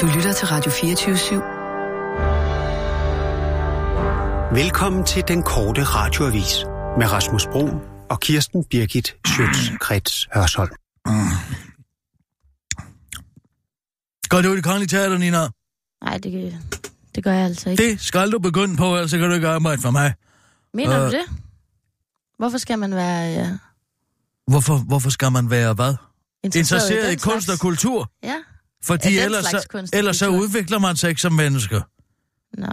Du lytter til Radio 24 Velkommen til den korte radioavis med Rasmus Bro og Kirsten Birgit Schøtz-Krets Hørsholm. Går du i det kongelige teater, Nina? Nej, det, kan- det gør jeg altså ikke. Det... Det skal du begynde på, ellers så kan du ikke arbejde for mig. Mener øh... Øh. du det? Hvorfor skal man være øh, Hvorfor, hvorfor skal man være hvad? interesseret, Interesseret i den kunst slags? og kultur? Ja. Fordi Ja, den ellers, slags så, kunst og ellers så kultur. udvikler man sig ikke som menneske. Nå.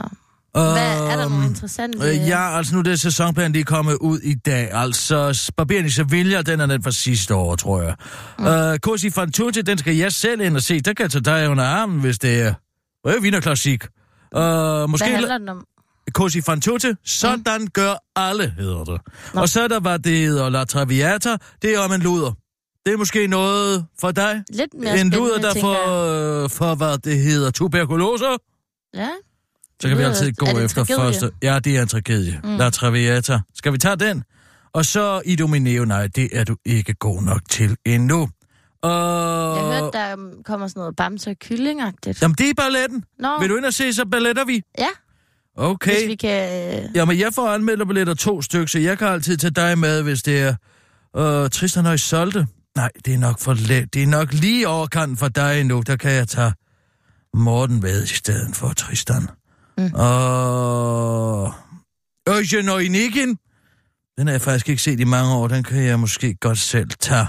Hvad, er der nogle interessante... Øh, ja, altså nu er det sæsonplan, de er kommet ud i dag. Altså, Barberen i Sevilla, den er den fra sidste år, tror jeg. Mm. Øh, Kursi Fantucci, den skal jeg selv ind og se. Der kan jeg tage dig under armen, hvis det er... Det er vinerklassik. Øh, måske Hvad handler den om? Cosi fan tutte, sådan mm. gør alle, hedder det. Nå. Og så er der var det hedder La Traviata, det er om en luder. Det er måske noget for dig. Lidt mere en luder, spændende, der tænker for, øh, for, hvad det hedder, tuberkulose. jeg. Ja. Så kan vi lyder- altid gå er det en efter tragedie? første. Ja, det er en tragedie. Mm. La Traviata. Skal vi tage den? Og så Idomeneo, nej, det er du ikke god nok til endnu. Og... Jeg hørte, der øhm, kommer sådan noget bamse og kyllingagtigt. Øh. Jamen, det er balletten. Nå, Vil du ind og se, så balletter vi. ja, Okay. hvis vi kan... øh, Jamen, jeg får anmelderbilletter to stykker, så jeg kan altid tage dig med, hvis det er øh, Tristan og Isolde. Nej, det er nok for let. Det er nok lige overkanten for dig nu. Der kan jeg tage Morten med i stedet for Tristan. Mm. Og... Øjen og Inikken. Den har jeg faktisk ikke set i mange år. Den kan jeg måske godt selv tage.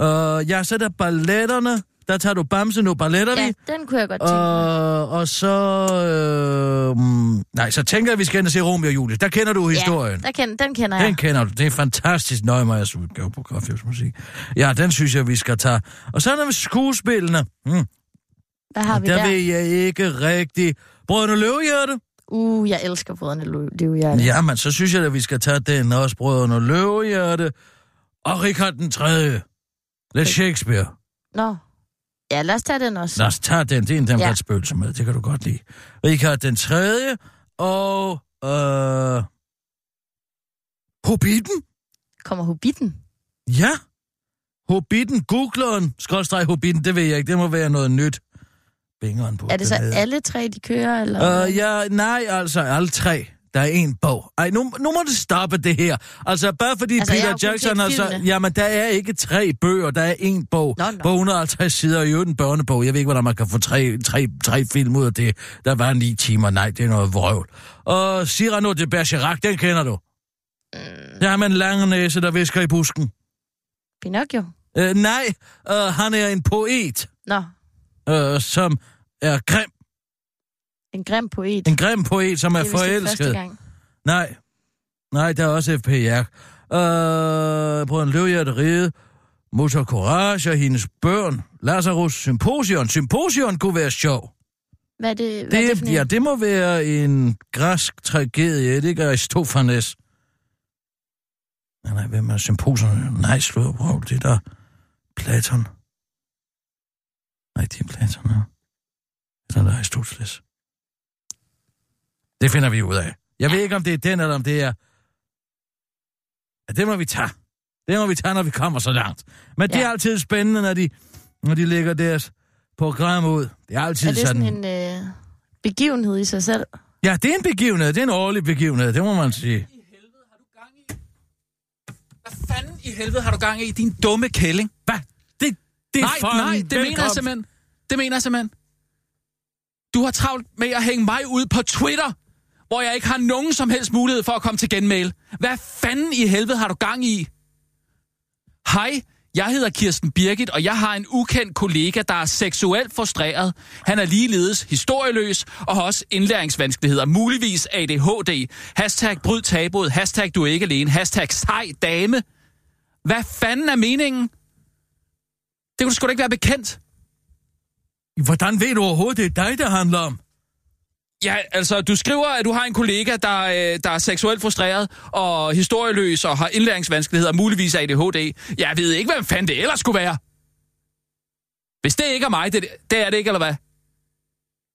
Og jeg sætter balletterne. Der tager du Bamse nu, balletter vi. Ja, den kunne jeg godt tænke mig. Og, og så... Øh, mm, nej, så tænker jeg, at vi skal ind og se Romeo og Julie. Der kender du historien. Ja, der kend, den kender Ja, den jeg. kender du. Det er fantastisk nøje Meyers udgave på Grafius Musik. Ja, den synes jeg, vi skal tage. Og så er der med skuespillene. Mm, Hvad har vi der, der? ved jeg ikke rigtig. Brødrene Løvehjerte? Uh, jeg elsker brødrene Løvhjerte. Ja. Jamen, så synes jeg, at vi skal tage den også. Brødrene Løvehjerte. Og Richard den 3. Lidt Shakespeare. Nå. Ja, lad os tage den også. Lad os tage den. Det er en, den Ja. ja. spøgelse med. Det kan du godt lide. Richard den tredje og... Øh, Hobbiten? Kommer Hobbiten? Ja. Hobbiten, googleren, skrådstræk Hobbiten, det ved jeg ikke. Det må være noget nyt. Bingeren på. Er det så den alle tre, de kører? Eller? hedder. Øh, ja, nej, altså alle tre. Der er en bog. Ej, nu, nu må du stoppe det her. Altså, bare fordi Altså, altså, jeg har Peter jo kun Jackson set har så... filmene. Jamen, der er ikke tre bøger, der er en bog. Nå, nå. På 150 sider, og i øvrigt en børnebog. Jeg ved ikke, hvordan man kan få tre, tre, tre film ud af det. Der var ni timer. Nej, det er noget vrøvl. Og Cyrano de Bergerac, den kender du. Øh. Mm. Der er man lange næse, der visker i busken. Pinocchio? Øh, nej, øh, han er en poet, Nå, øh, som er grim. en grim poet. En grim poet, som er, det er vist ikke første forelsket. gang. Nej. Nej, der er også F.P. Jærk. Øh, på en løvhjertet ride. Motor Courage og hendes børn. Lazarus Symposion. Symposion kunne være sjov. Hvad er det, hvad er det for Det, en? ja, det må være en græsk tragedie. Det er Aristofanes. Nej, nej, hvem er symposerne? Nej, slå brøv, det er der Platon. Nej, det er Platon, ja. Eller er det Aristoteles. Det finder vi ud af. Jeg ved ikke, om det er den, eller om det er... Ja, det må vi tage. Det må vi tage, når vi kommer så langt. Men ja. det Ja. er altid spændende, når de, når de lægger deres program ud. Det er altid Er det sådan sådan en øh, begivenhed i sig selv? Ja, det er en begivenhed. Det er en årlig begivenhed, det må man sige. Hvad fanden i helvede har du gang i, din dumme kælling? Hvad? Det, det er Nej, for nej, en det mener jeg velkomst. simpelthen. Det mener jeg simpelthen. Du har travlt med at hænge mig ud på Twitter, hvor jeg ikke har nogen som helst mulighed for at komme til genmail. Hvad fanden i helvede har du gang i? Hej, jeg hedder Kirsten Birgit, og jeg har en ukendt kollega, der er seksuelt frustreret. Han er ligeledes historieløs og har også indlæringsvanskeligheder, muligvis ADHD. Hashtag bryd tabuet, hashtag du er ikke alene, hashtag sej dame. Hvad fanden er meningen? Det kunne du sgu da ikke være bekendt. Hvordan ved du overhovedet, det er dig, der handler om? Ja, altså, du skriver, at du har en kollega, der, øh, der er seksuelt frustreret og historieløs og har indlæringsvanskeligheder og muligvis ADHD. Jeg ved ikke, hvad fanden det ellers skulle være. Hvis det ikke er mig, det, det er det ikke, eller hvad?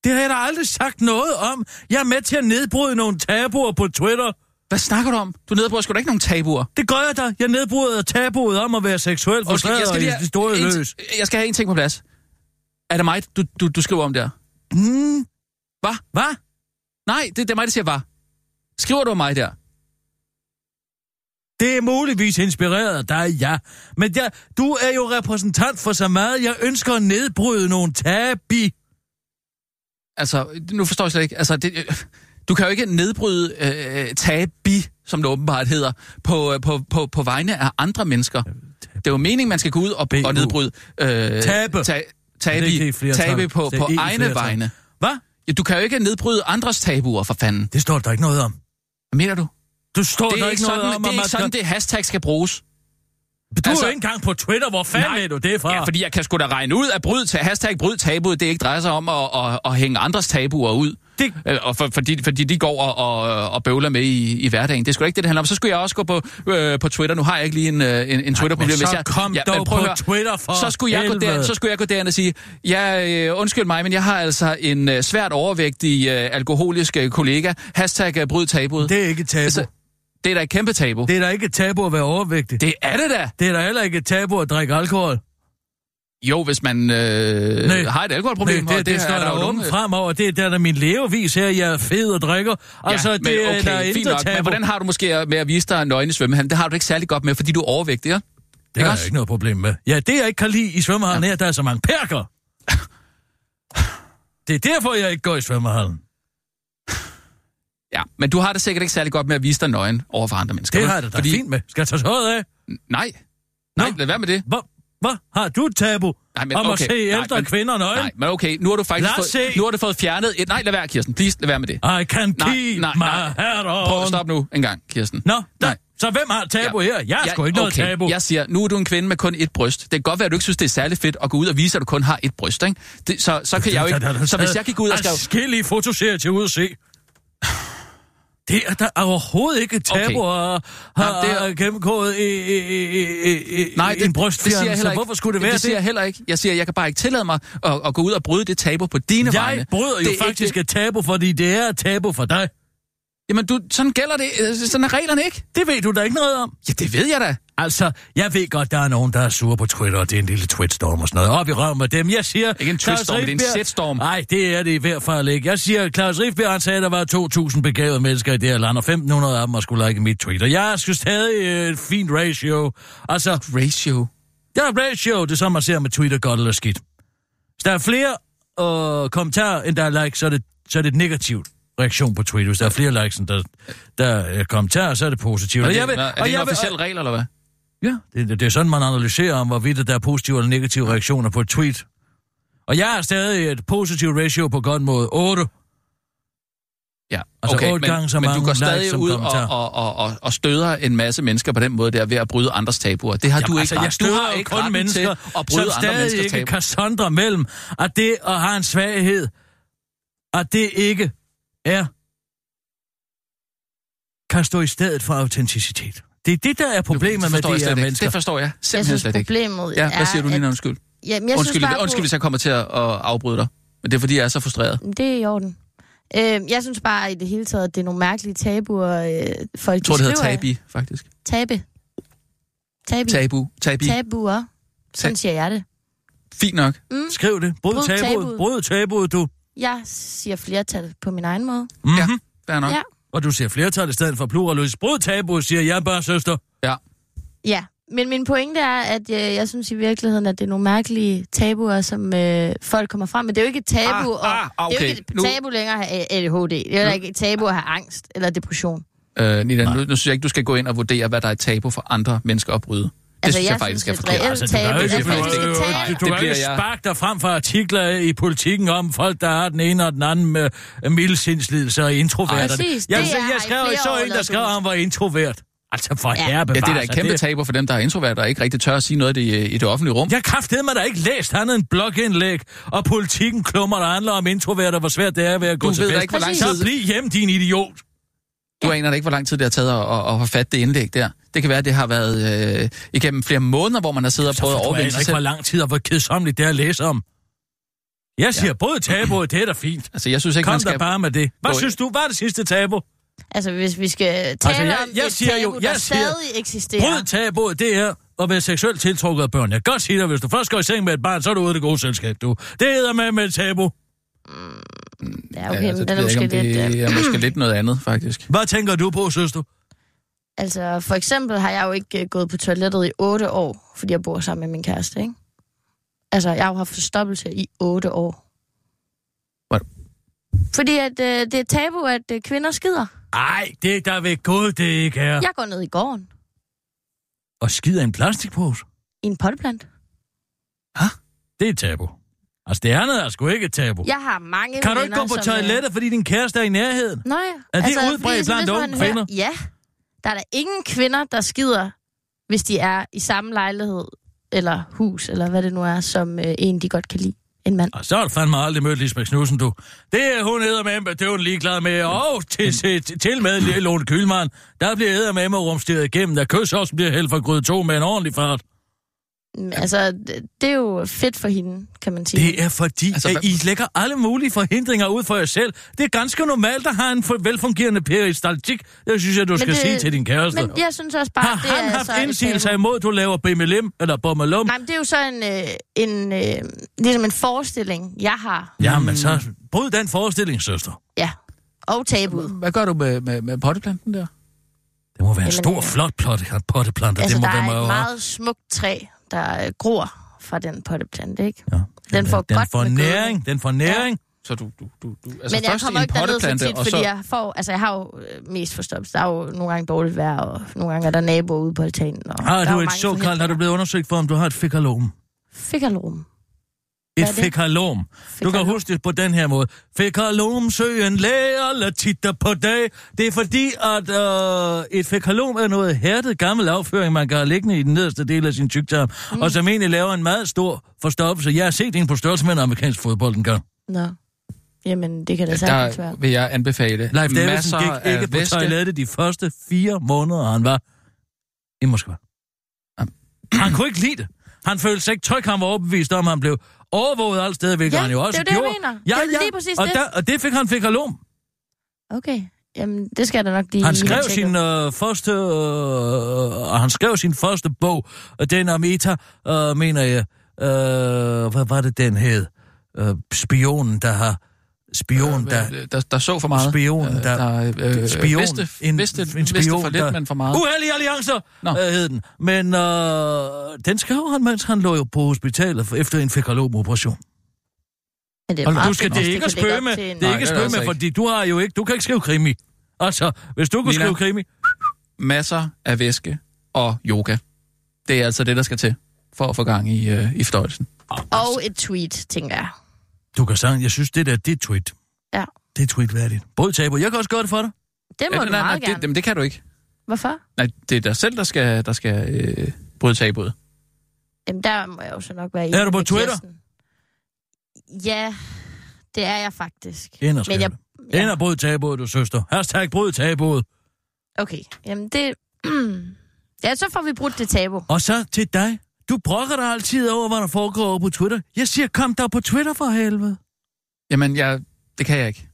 Det har jeg da aldrig sagt noget om. Jeg er med til at nedbryde nogle tabuer på Twitter. Hvad snakker du om? Du nedbryder sgu da ikke nogen tabuer. Det gør jeg da. Jeg nedbryder tabuet om at være seksuelt Undskyld, frustreret og lige have en- historieløs. Jeg skal have en ting på plads. Er det mig, du, du, du skriver om der? Mm. Hvad? Hvad? Nej, det, det er mig, der siger hvad. Skriver du om mig der? Det er muligvis inspireret af dig, ja. Men jeg, du er jo repræsentant for så meget. Jeg ønsker at nedbryde nogle tabi. Altså, nu forstår jeg slet ikke. Altså, det, øh, du kan jo ikke nedbryde øh, tabi, som det åbenbart hedder, på, øh, på, på, på vegne af andre mennesker. Det er jo meningen, man skal gå ud og, B-U. og nedbryde øh, Tabe. Det Ta, er ikke tabi, i flertal. tabi på, Det er på ikke i egne flertal. vegne. Hvad? Ja, du kan jo ikke nedbryde andres tabuer, for fanden. Det står der ikke noget om. Hvad mener du? Du står Det der er ikke ikke noget sådan, om, det, er at ikke man sådan skal- det hashtag skal bruges. Du altså... altså- er jo ikke engang på Twitter. Hvor fanden Nej. ved du det fra? Ja, fordi jeg kan sgu da regne ud, at bryd, ta- hashtag bryd tabuet, det ikke drejer sig om at, at, at hænge andres tabuer ud. Det- Øh, Og for, fordi, fordi de går og, og, og bøvler med i, i hverdagen. Det er sgu da ikke det, det handler om. Så skulle jeg også gå på, øh, på Twitter. Nu har jeg ikke lige en, øh, en, en Twitter-profil. men Hvis så jeg, kom men dog prøv at på høre. Twitter for så skulle, jeg gå der, helvede. så skulle jeg gå derind og sige, ja, øh, undskyld mig, men jeg har altså en øh, svært overvægtig øh, alkoholisk øh, kollega. Hashtag øh, bryd tabuet. Det... Det er ikke et tabu. Altså- Altså... det er da et kæmpe tabu. Det... Det er da ikke et tabu at være overvægtig. Det... det er det da. det er da heller ikke et tabu at drikke alkohol. Jo, hvis man øh, Nej. har et alkoholproblem. det, det, og det står er der jo åbent nogen- øh, fremover. Det er der, der er min levevis her. Jeg er fed og drikker. Altså, det men er der fint intet nok. tabu. Men hvordan har du måske med at vise dig nøgne i svømmehallen? Det har du ikke særlig godt med, fordi du er overvægtig, ja? Det Ikke har jeg også? ikke noget problem med. Ja, det jeg ikke kan lide i svømmehallen er, at der er så mange perker. Det er derfor, jeg ikke går i svømmehallen. Ja, men du har det sikkert ikke særlig godt med at vise dig nøgen over for andre mennesker. Det vel? har jeg det da fordi... fint med. Skal jeg tage tøjet af? Nej, nej, Nå. lad være med det. Hvor, hvor har du et tabu Nej, men om okay. at se Nej, ældre men- kvinder nøgen? Nej, men okay, nu har du faktisk Lad os fået, se. nu har du fået fjernet et... Nej, lad være, Kirsten. Please, lad være med det. I can Nej, keep nej, my nej. hat on. Prøv, stop nu en gang, Kirsten. Nå, nej. Nej. Så hvem har tabu Ja. her? Jeg har sgu ikke noget tabu. Jeg siger, nu er du en kvinde med kun et bryst. Det kan godt være, at du ikke synes, det er særlig fedt at gå ud og vise, at du kun har et bryst, ikke? Det, så, så kan jeg jo ikke... Så hvis jeg gik ud og skrev... Forskellige fotoserier til ud at se. Det er der overhovedet ikke et tabu okay. at Nå, det er- have det er... gennemgået i, i, i, i, i, Nej, en brystfjernelse. Så hvorfor skulle det være det? siger jeg heller ikke. Jeg siger, jeg kan bare ikke tillade mig at, at gå ud og bryde det tabu på dine vegne. Jeg bryder Det jo er ikke faktisk Det. et tabu, fordi det er et tabu for dig. Jamen, du, sådan gælder det. Øh, Sådan er reglerne ikke. Det ved du da ikke noget om. Ja, det ved jeg da. Altså, jeg ved godt, der er nogen, der er sure på Twitter, og det er en lille twitstorm og sådan noget. Op i røven med dem. Jeg siger... Ikke en twitstorm, det er en shitstorm. Nej, det er det i hvert fald ikke. Jeg siger, Claus Riffbjerg, han sagde, at der var 2.000 begavede mennesker i det her land, og 1.500 af dem har skulle like mit Twitter. Jeg skal stadig øh, et fint ratio. Altså, Ratio. der er ratio, det er som man ser med Twitter, godt eller skidt. Hvis der er flere øh, kommentarer, end der er likes, så er det, så er det et negativt reaktion på Twitter. Hvis der er flere likes, end der, der er kommentarer, så er det positivt. Er Og det, jeg vil- er og det en jeg vil- officiel regel, eller hvad? Ja, det, det, det er sådan, man analyserer, om hvorvidt der er positive eller negative reaktioner på et tweet. Og jeg har stadig et positivt ratio på godt mod 8. Ja, Altså, otte men, gange så men du mange går likes stadig som ud og, kommentar. og, og, og, og støder en masse mennesker på den måde der, ved at bryde andres tabuer. Det har du ikke ret. altså, jeg støder du har jo altså, ikke kun retten mennesker, til at bryde som andre stadig menneskers ikke tabuer. kan sondre mellem, at det at have en svaghed, at det ikke er, kan stå i stedet for autenticitet. Det er det, der er problemet Det med forstår de jeg her slet ikke. mennesker. Det forstår jeg Jeg simpelthen synes, slet ikke. problemet Ja, er... hvad siger du, Nina? at- Undskyld. Jamen, jeg Undskyld, synes bare, undskyld, på- hvis jeg kommer til at at afbryde dig. Men det er, fordi jeg er så frustreret. Det er i orden. Øh, jeg synes bare i det hele taget, at det er nogle mærkelige tabuer, øh, folk Jeg tror, det de hedder skriver af. tabi, faktisk. Tabe. Tabi. Tabu. Tabi. Tabuer. Sådan siger jeg det. Fint nok. Mm. Skriv det. Bryd Bryd tabuet. tabuet. Bryd tabuet, du. Jeg siger flertal på min egen måde. Mm-hmm. Ja. Fair nok. Ja. Og du siger flertal i stedet for pluralis. Bryd tabuet, siger jeg bare, søster. Ja, men min pointe er, at øh, jeg, jeg synes i virkeligheden, at det er nogle mærkelige tabuer, som øh, folk kommer frem med. Det er jo ikke et tabu, Ah, ah, og, det er okay. jo ikke Nu- et tabu længere at have ADHD. Det er jo ikke et tabu at have angst eller depression. Øh, Nina, nu, nu synes jeg ikke, du skal gå ind og vurdere, hvad der er et tabu for andre mennesker at bryde. Det Altså, synes jeg, jeg faktisk er synes, forkert. at reelt- Altså, du kan jo ikke, tabu. Det er du, faktisk ikke et tabu. du, Nej, du det kan jo ikke bliver jeg. sparke dig frem for artikler i politikken om folk, der har den ene og den anden med mildsindslidelse og introverter. Præcis, jeg, det jeg, er jeg, i skrev, jeg flere så år en, der lavet skrev, at han var introvert. Altså, for ja. Ja. herre Ja, det er da bevares, et kæmpe det- tabu for dem, der er introverte og ikke rigtig tør at sige noget i det, i det offentlige rum. Jeg kraftede mig da ikke læst andet end blogindlæg, og politikken klummer, der handler om introverter, hvor svært det er ved at gå Du til ved da fest. ikke, hvor lang Præcis. Så tid... bliv hjem, din idiot. Du aner da ikke, hvor lang tid det har taget at, at, at forfatte det indlæg der. Det kan være, at det har været øh, igennem flere måneder, hvor man har siddet og Så prøvet at for du overvinde aner sig ikke, hvor selv. lang tid og hvor kedsomligt det er at læse om. Jeg siger, ja. både tabuet, det er da fint. Altså, jeg synes ikke, Kom man da skal... bare med det. Hvad Gå- synes du, var det sidste tabu? Altså, hvis vi skal tale jeg- om jeg et siger tabu, jo- jeg der siger- stadig eksisterer. Bryd tabuet, det er at være seksuelt tiltrukket af børn. Jeg kan godt sige dig, hvis du først går i seng med et barn, så er du ude af det gode selskab, du. Det hedder med med et tabu. Ja, okay, ja, altså, men den er det ved måske jeg ikke, om lidt... øh, det er måske lidt noget andet, faktisk. Hvad tænker du på, synes du? Altså, for eksempel har jeg jo ikke øh, gået på toilettet i otte år, fordi jeg bor sammen med min kæreste, ikke? Altså, jeg har jo haft forstoppelse i otte år. Hvad? Fordi at, øh, det er tabu, at øh, kvinder skider. Ej, det er der ved Gud, det ikke er. Ja. Jeg går ned i gården Og skider i en plastikpose. i en potplant. Det er et tabu. Altså, det andet er sgu ikke et tabu. Jeg har mange Kan du ikke veninder, gå på som, øh, toilettet, fordi din kæreste er i nærheden? Nå ja. Altså, Er det udbredt fordi sådan, blandt hvis unge man hører- kvinder? Ja. Der er da ingen kvinder, der skider, hvis de er i samme lejlighed, eller hus, eller hvad det nu er, som øh, en, de godt kan lide. En mand. Og så har du fandme aldrig mødt Lisbeth Knudsen, du. Det er hun æder med, det er hun ligeglad med. Og til, til, til med lille Lone Kylmann, der bliver æder med med rumsteret igennem, der kødsovsen bliver hældt fra gryde to med en ordentlig fart. Mm, Altså, det, det er jo fedt for hende, kan man sige. Det er fordi, altså, Altså, at hvad- I lægger alle mulige forhindringer ud for jer selv. Det er ganske normalt at have en for- velfungerende peristaltik. Det synes jeg, du Men skal det... det- sige til din kæreste. Men jeg synes også bare, altså- Har det han er haft så et indsigelser tabu. imod, at du laver bimmelim eller bommelum? Nej, men det er jo så en, øh, en, øh, ligesom en forestilling, jeg har. Jamen, så bryd den forestilling, søster. Ja. Og tabuet. Hvad gør du med, med, med potteplanten der? Det må være en Jamen, stor, ja. flot plot- potteplante. Altså, det må der er være et meget smukt træ, der øh, gror fra den potteplante, ikke? Ja. Den får den godt får med gødning. næring, den får næring. Så du, du, du, du altså Altså, men jeg først kommer en ikke derned så potteplante, tit, og fordi så... jeg får... Altså, jeg har jo øh, mest forstoppelse. Der er jo nogle gange dårligt vejr, og nogle gange er der naboer ude på altanen. Og Ja. Har der er Ah, du jo et mange såkaldt, har du forhindringer. blevet undersøgt for, om du har et fekalom? Fikkerlum. Et er det? fekalom. Du kan Fekalom. huske det på den her måde. Fekalom søen læger lad titter på dag. Det er fordi, at øh, et fekalom er noget hærdet gammel afføring, man kan have liggende i den nederste del af sin tyktarm, mm. og som egentlig laver en meget stor forstoppelse. Jeg har set en på størrelse med en amerikansk fodbold en gang. Nå. Jamen, det kan da sagtens være. Der vil jeg anbefale Leif Davidsen masser gik ikke af på væske. toilettet de første fire måneder, han var i Moskva. Han kunne ikke lide det. Han følte sig ikke tryg, han var overbevist om, at han blev overvåget alle steder, hvilket Ja, han jo det er også jo det, jeg gjorde. mener. Det er lige præcis og det. Der, og det fik han fik halom. Okay. Jamen, det skal jeg da nok lige... Han have skrev tjekket. sin øh, første øh, og han skrev sin første bog, og den om ETA, øh, mener jeg. Øh, hvad var det den hed? Øh, spionen der har spion der der, der, der så for meget. Spion, Øh, der- der øh, spion, Vidste, en- en, vidste, en en spion, vidste spion, for lidt, der- men for meget. Uheldige alliancer, Nå. øh, hed den. Men øh, den skrev han, mens han lå jo på hospitalet for, efter en fekalomoperation. Men det er Og meget du skal fedt, det hvis er ikke kan at lægge spøge op med, til en- det er ikke Nej, at det er spøge altså med, ikke. fordi du har jo ikke, du kan ikke skrive krimi. Altså, hvis du kunne Nina. skrive krimi, Masser af væske og yoga. Det er altså det, der skal til for at få gang i, øh, i fordøjelsen. Og et tweet, tænker jeg. du kan sige, jeg synes, det der, det er tweet. Ja. Det er tweetværdigt. Både taber, jeg kan også gøre det for dig. Det må Ja, du nej, meget nej, gerne. Det, jamen, det kan du ikke. Hvorfor? Nej, det er dig selv, der skal, der skal øh, bryde tabuet. Jamen, der må jeg jo så nok være Er enig du på med Twitter? Kirsten. Ja, det er jeg faktisk. Ind og skriv Men jeg... det. Ind og bryd tabuet, du søster. Hashtag bryd tabuet. Okay, jamen det... ja, så får vi brudt det tabu. Og så til dig. Du brokker dig altid over, hvad der foregår over på Twitter. Jeg siger, kom der på Twitter for helvede. Jamen, jeg, det kan jeg ikke.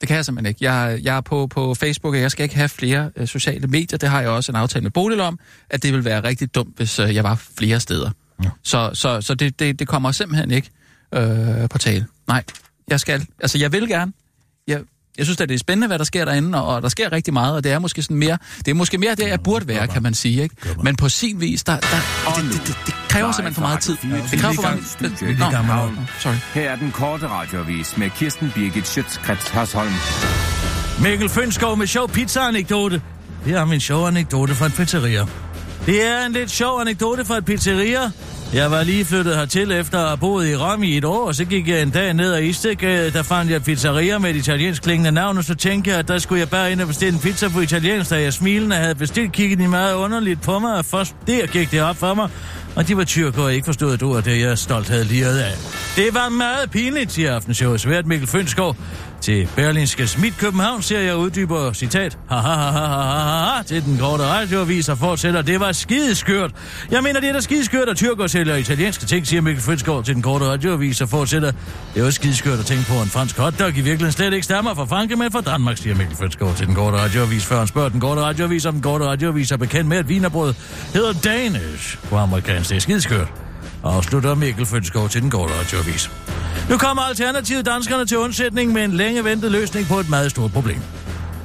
Det kan jeg simpelthen ikke. Jeg, jeg er på, på Facebook, og jeg skal ikke have flere øh, sociale medier. Det har jeg også en aftale med Bodil om, at det ville være rigtig dumt, hvis øh, jeg var flere steder. Ja. Så, så, så det, det, det kommer simpelthen ikke øh, på tale. Nej, jeg skal. Altså, jeg vil gerne. Jeg, jeg synes, at det er spændende, hvad der sker derinde, og, og der sker rigtig meget, og det er måske sådan mere, det er måske mere der, jeg burde være, kan man sige. Ikke? Men på sin vis, der, der, det, det, det, det kræver simpelthen for meget tid. Det kræver for meget... Vi er i gang med noget. Nå, sorry. Her er den korte radiovis med Kirsten Birgit Schøtzgrads Hasholm. Mikkel Fønskov med sjov pizza-anekdote. Det er min sjov anekdote fra et pizzeria. Det er en lidt sjov anekdote fra et pizzeria. Jeg var lige flyttet hertil efter at have boet i Rom i et år, og så gik jeg en dag ned ad Istegade. Der fandt jeg et pizzeria med et italiensk klingende navn, og så tænkte jeg, at der skulle jeg bare ind og bestille en pizza på italiensk, da jeg smilende havde bestilt, kiggede de meget underligt på mig, og først der gik det op for mig, og de var tyrker og ikke forstod et ord af det, jeg stolt havde liret af. Det var meget pinligt, siger aftenshowets vært Mikkel Fønskov. Til Berlinske Smit København ser jeg uddyber citat. Ha, ha, ha, ha, ha, ha, til den korte radioavis og fortsætter. Det var skideskørt. Jeg mener, det er da skideskørt, at tyrker sælger italienske ting, siger Mikkel Fritzgaard til den korte radioavis og fortsætter. Det er også skideskørt at tænke på, at en fransk hotdog i virkeligheden slet ikke stammer fra Frankrig, men fra Danmark, siger Mikkel Fritzgaard til den korte radioavis, før han spørger den korte radioavis, om den korte radioavis er bekendt med, at vinerbrød hedder Danish på amerikansk. Det er skideskørt afslutter Mikkel Fønskov til den korte radioavis. Nu kommer Alternativet danskerne til undsætning med en længe ventet løsning på et meget stort problem.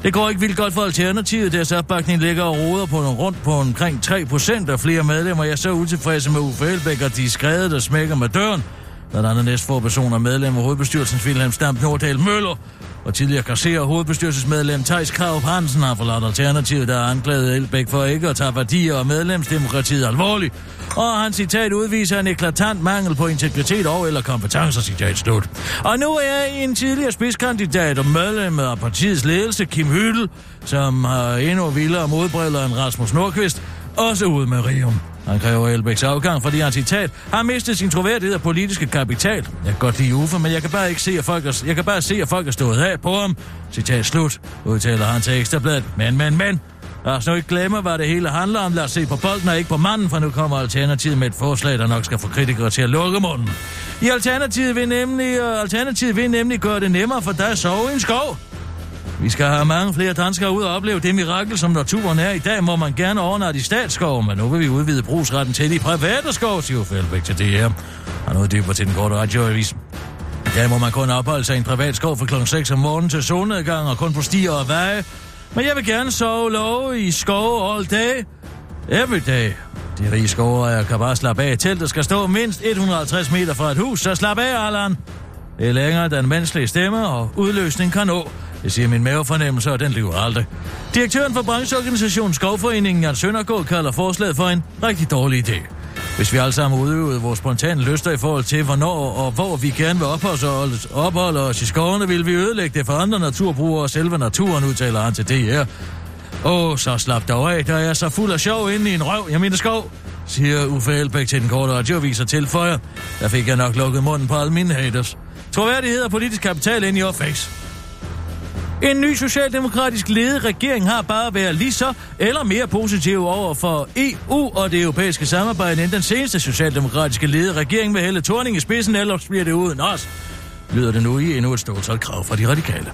Det går ikke vildt godt for Alternativet. Deres opbakning ligger og roder på en rundt på omkring 3 procent, og flere medlemmer er så utilfredse med Uffe Elbæk, og de er skrevet og smækker med døren. Blandt andet næstforperson og medlem af hovedbestyrelsens Wilhelm Stamp Norddal Møller, og tidligere kasserer og hovedbestyrelsesmedlem Thijs Krav Hansen har forladt Alternativet, der har anklaget Elbæk for ikke at tage værdier og medlemsdemokratiet alvorligt. Og hans citat udviser en eklatant mangel på integritet og eller kompetencer, citat slut. Og nu er en tidligere spidskandidat og medlem af partiets ledelse, Kim Hyttel, som har endnu vildere modbriller end Rasmus Nordqvist, også ude med Rium. Han kræver Elbæks afgang, fordi han citat har mistet sin troværdighed og politiske kapital. Jeg kan godt lide Uffe, men jeg kan bare ikke se, at folk er, jeg kan bare se, at folk er stået af på ham. Citat slut, udtaler han til Ekstrabladet. Men, men, men. Lad os nu ikke glemme, hvad det hele handler om. Lad os se på bolden og ikke på manden, for nu kommer Alternativet med et forslag, der nok skal få kritikere til at lukke munden. I Alternativet vil nemlig, øh, Alternativet vil nemlig gøre det nemmere for dig at sove i en skov. Vi skal have mange flere danskere ud og opleve det mirakel, som naturen er. I dag må man gerne overnatte i statsskov, men nu vil vi udvide brugsretten til de private skov, siger Fælbæk til det her. Og nu dyber til den korte radioavis. I dag må man kun opholde sig i en privat skov fra kl. 6 om morgenen til solnedgang og kun på stier og veje. Men jeg vil gerne sove love i skov all day. Every day. De rige skovejere kan bare slappe af. Teltet skal stå mindst 150 meter fra et hus, så slap af, Allan. Det er længere, den menneskelige stemme og udløsning kan nå. Det siger min mavefornemmelse, og den lyver aldrig. Direktøren for brancheorganisationen Skovforeningen, Jan Søndergaard, kalder forslaget for en rigtig dårlig idé. Hvis vi alle sammen udøvede vores spontane lyster i forhold til, hvornår og hvor vi gerne vil opholde os, opholde os i skovene, vil vi ødelægge det for andre naturbrugere og selve naturen, udtaler han til DR. Åh, så slap dog af, der er så fuld af sjov inde i en røv, jeg mener skov, siger Uffe Elbæk til den korte radioavis og tilføjer. Der fik jeg nok lukket munden på alle mine haters. Troværdighed og politisk kapital ind i your face. En ny socialdemokratisk ledet regering har bare at være lige så eller mere positiv over for EU og det europæiske samarbejde end den seneste socialdemokratiske ledede regering med Helle Thorning i spidsen, ellers bliver det uden os lyder det nu i endnu et stort krav fra de radikale.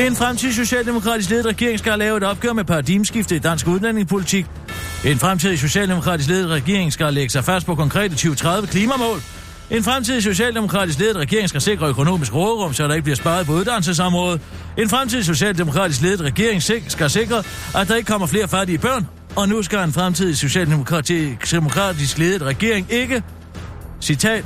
En fremtidig socialdemokratisk ledet regering skal lave et opgør med paradigmeskiftet i dansk udlændingepolitik. En fremtidig socialdemokratisk ledet regering skal lægge sig fast på konkrete 2030 klimamål. En fremtidig socialdemokratisk ledet regering skal sikre økonomisk råderum, så der ikke bliver sparet på uddannelsesområdet. En fremtidig socialdemokratisk ledet regering sik- skal sikre, at der ikke kommer flere fattige børn. Og nu skal en fremtidig socialdemokratisk ledet regering ikke citat,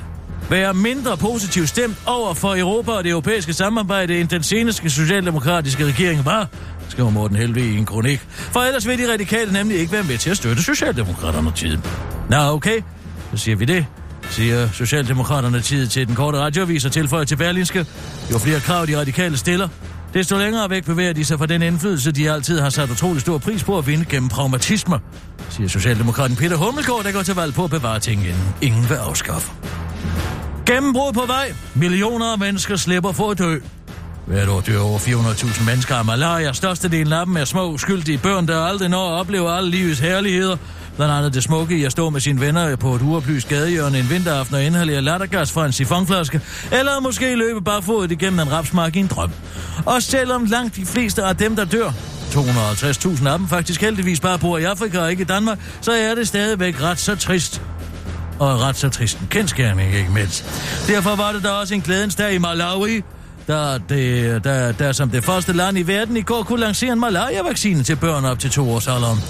være mindre positivt stemt over for Europa og det europæiske samarbejde, end den seneste socialdemokratiske regering var, skriver Morten Helve i en kronik. For ellers vil de radikale nemlig ikke være med til at støtte Socialdemokraterne tiden. Nå, okay, så siger vi det siger Socialdemokraterne tid til den korte radioavis og tilføjer til Berlinske. Jo flere krav de radikale stiller, desto længere væk bevæger de sig fra den indflydelse, de altid har sat utrolig stor pris på at vinde gennem pragmatisme, siger Socialdemokraten Peter Hummelgaard, der går til valg på at bevare ting, inden ingen vil afskaffe. Gennembrud på vej. Millioner af mennesker slipper for at dø. Hvert år dør over 400.000 mennesker af malaria. Størstedelen af dem er små, uskyldige børn, der aldrig når at opleve alle livets herligheder. Blandt andet det smukke i at stå med sine venner på et uoplyst gadehjørne en vinteraften og inhalere lattergas fra en sifonflaske, eller måske løbe barefodet igennem en rapsmark i en drøm. Og selvom langt de fleste af dem, der dør, 250.000 af dem faktisk heldigvis bare bor i Afrika og ikke i Danmark, så er det stadigvæk ret så trist og ret så trist en kendskærning, ikke mindst. Derfor var det da også en glædens dag i Malawi, der, det, der, der som det første land i verden i går kunne lancere en malaria-vaccine til børn op til to års alderen.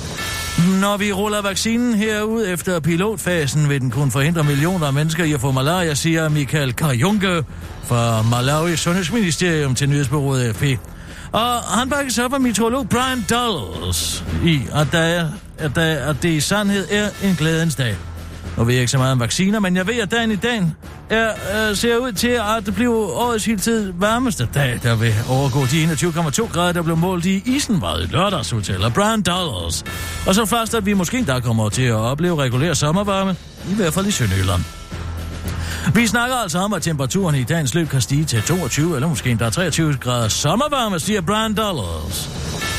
Når vi ruller vaccinen herud efter pilotfasen, vil den kunne forhindre millioner af mennesker i at få malaria, siger Michael Karjunke fra Malawi Sundhedsministerium til nyhedsbureauet AFP. Og han bakkes op af meteorolog Brian Dulles i, at, der er, at, der, at det i sandhed er en glædens dag. Nu ved jeg ikke så meget om vacciner, men jeg ved, at dagen i dag er, øh, ser ud til, at det bliver årets hele tid varmeste dag, der vil overgå de 21,2 grader, der blev målt i Isenvej i lørdags, udtaler Brian Dulles. Og så fast, at vi måske der kommer til at opleve regulær sommervarme, i hvert fald i Sønderjylland. Vi snakker altså om, at temperaturen i dagens løb kan stige til 22 eller måske endda 23 grader sommervarme, siger Brian Dollars.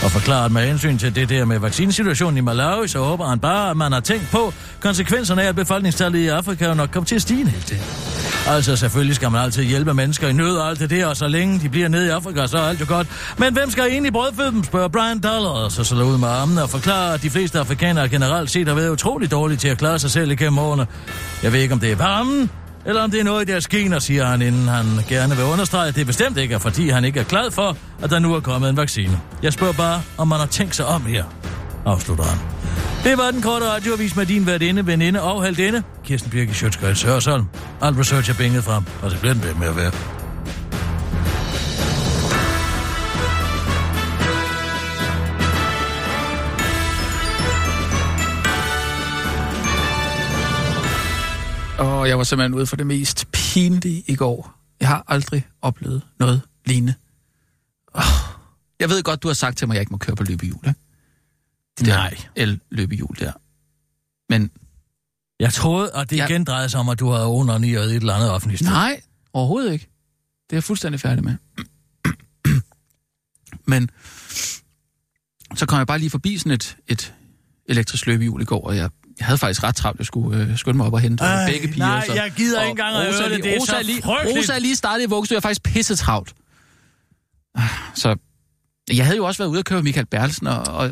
Og forklarer, at med hensyn til det der med vaccinsituationen i Malawi, så håber han bare, at man har tænkt på konsekvenserne af, at befolkningstallet i Afrika jo nok kommer til at stige næste år. Altså selvfølgelig skal man altid hjælpe mennesker i nød og alt det der, og så længe de bliver nede i Afrika, så er alt jo godt. Men hvem skal egentlig brødføde dem, spørger Brian Dollars og slår ud med armene og forklarer, at de fleste afrikanere generelt set har været utrolig dårlige til at klare sig selv igennem årene. Jeg ved ikke, om det er varmen, eller om det er noget, der skener, siger han, inden han gerne vil understrege, at det bestemt ikke er, fordi han ikke er glad for, at der nu er kommet en vaccine. Jeg spørger bare, om man har tænkt sig om her, afslutter han. Det var den korte radioavis med din værtinde, veninde og halvdinde, Kirsten Birke Sjøtskreds Sørsholm. Alt research er binget frem, og det bliver den ved med at være. Og jeg var simpelthen ude for det mest pinlige i går. Jeg har aldrig oplevet noget lignende. Oh, jeg ved godt, du har sagt til mig, at jeg ikke må køre på løbehjul, ikke? Det der Nej. el-løbehjul der. Men Jeg troede, og det Ja. igen drejede sig om, at du havde onaneret i et eller andet offentligt sted. nej, overhovedet ikke. Det er jeg fuldstændig færdig med. Men så kom jeg bare lige forbi sådan et, et elektrisk løbehjul i går, og jeg, jeg havde faktisk ret travlt. Jeg skulle øh, skynde mig op og hente Ej, Ej, begge piger. nej, så, jeg gider og ikke engang at Rosa høre det. lige- Det er Rosa så er lige, frygteligt. Rosa er lige startet i vuggestue. Jeg er faktisk pisse travlt. Ah, Så jeg havde jo også været ude at køre med Michael Bertelsen, og, og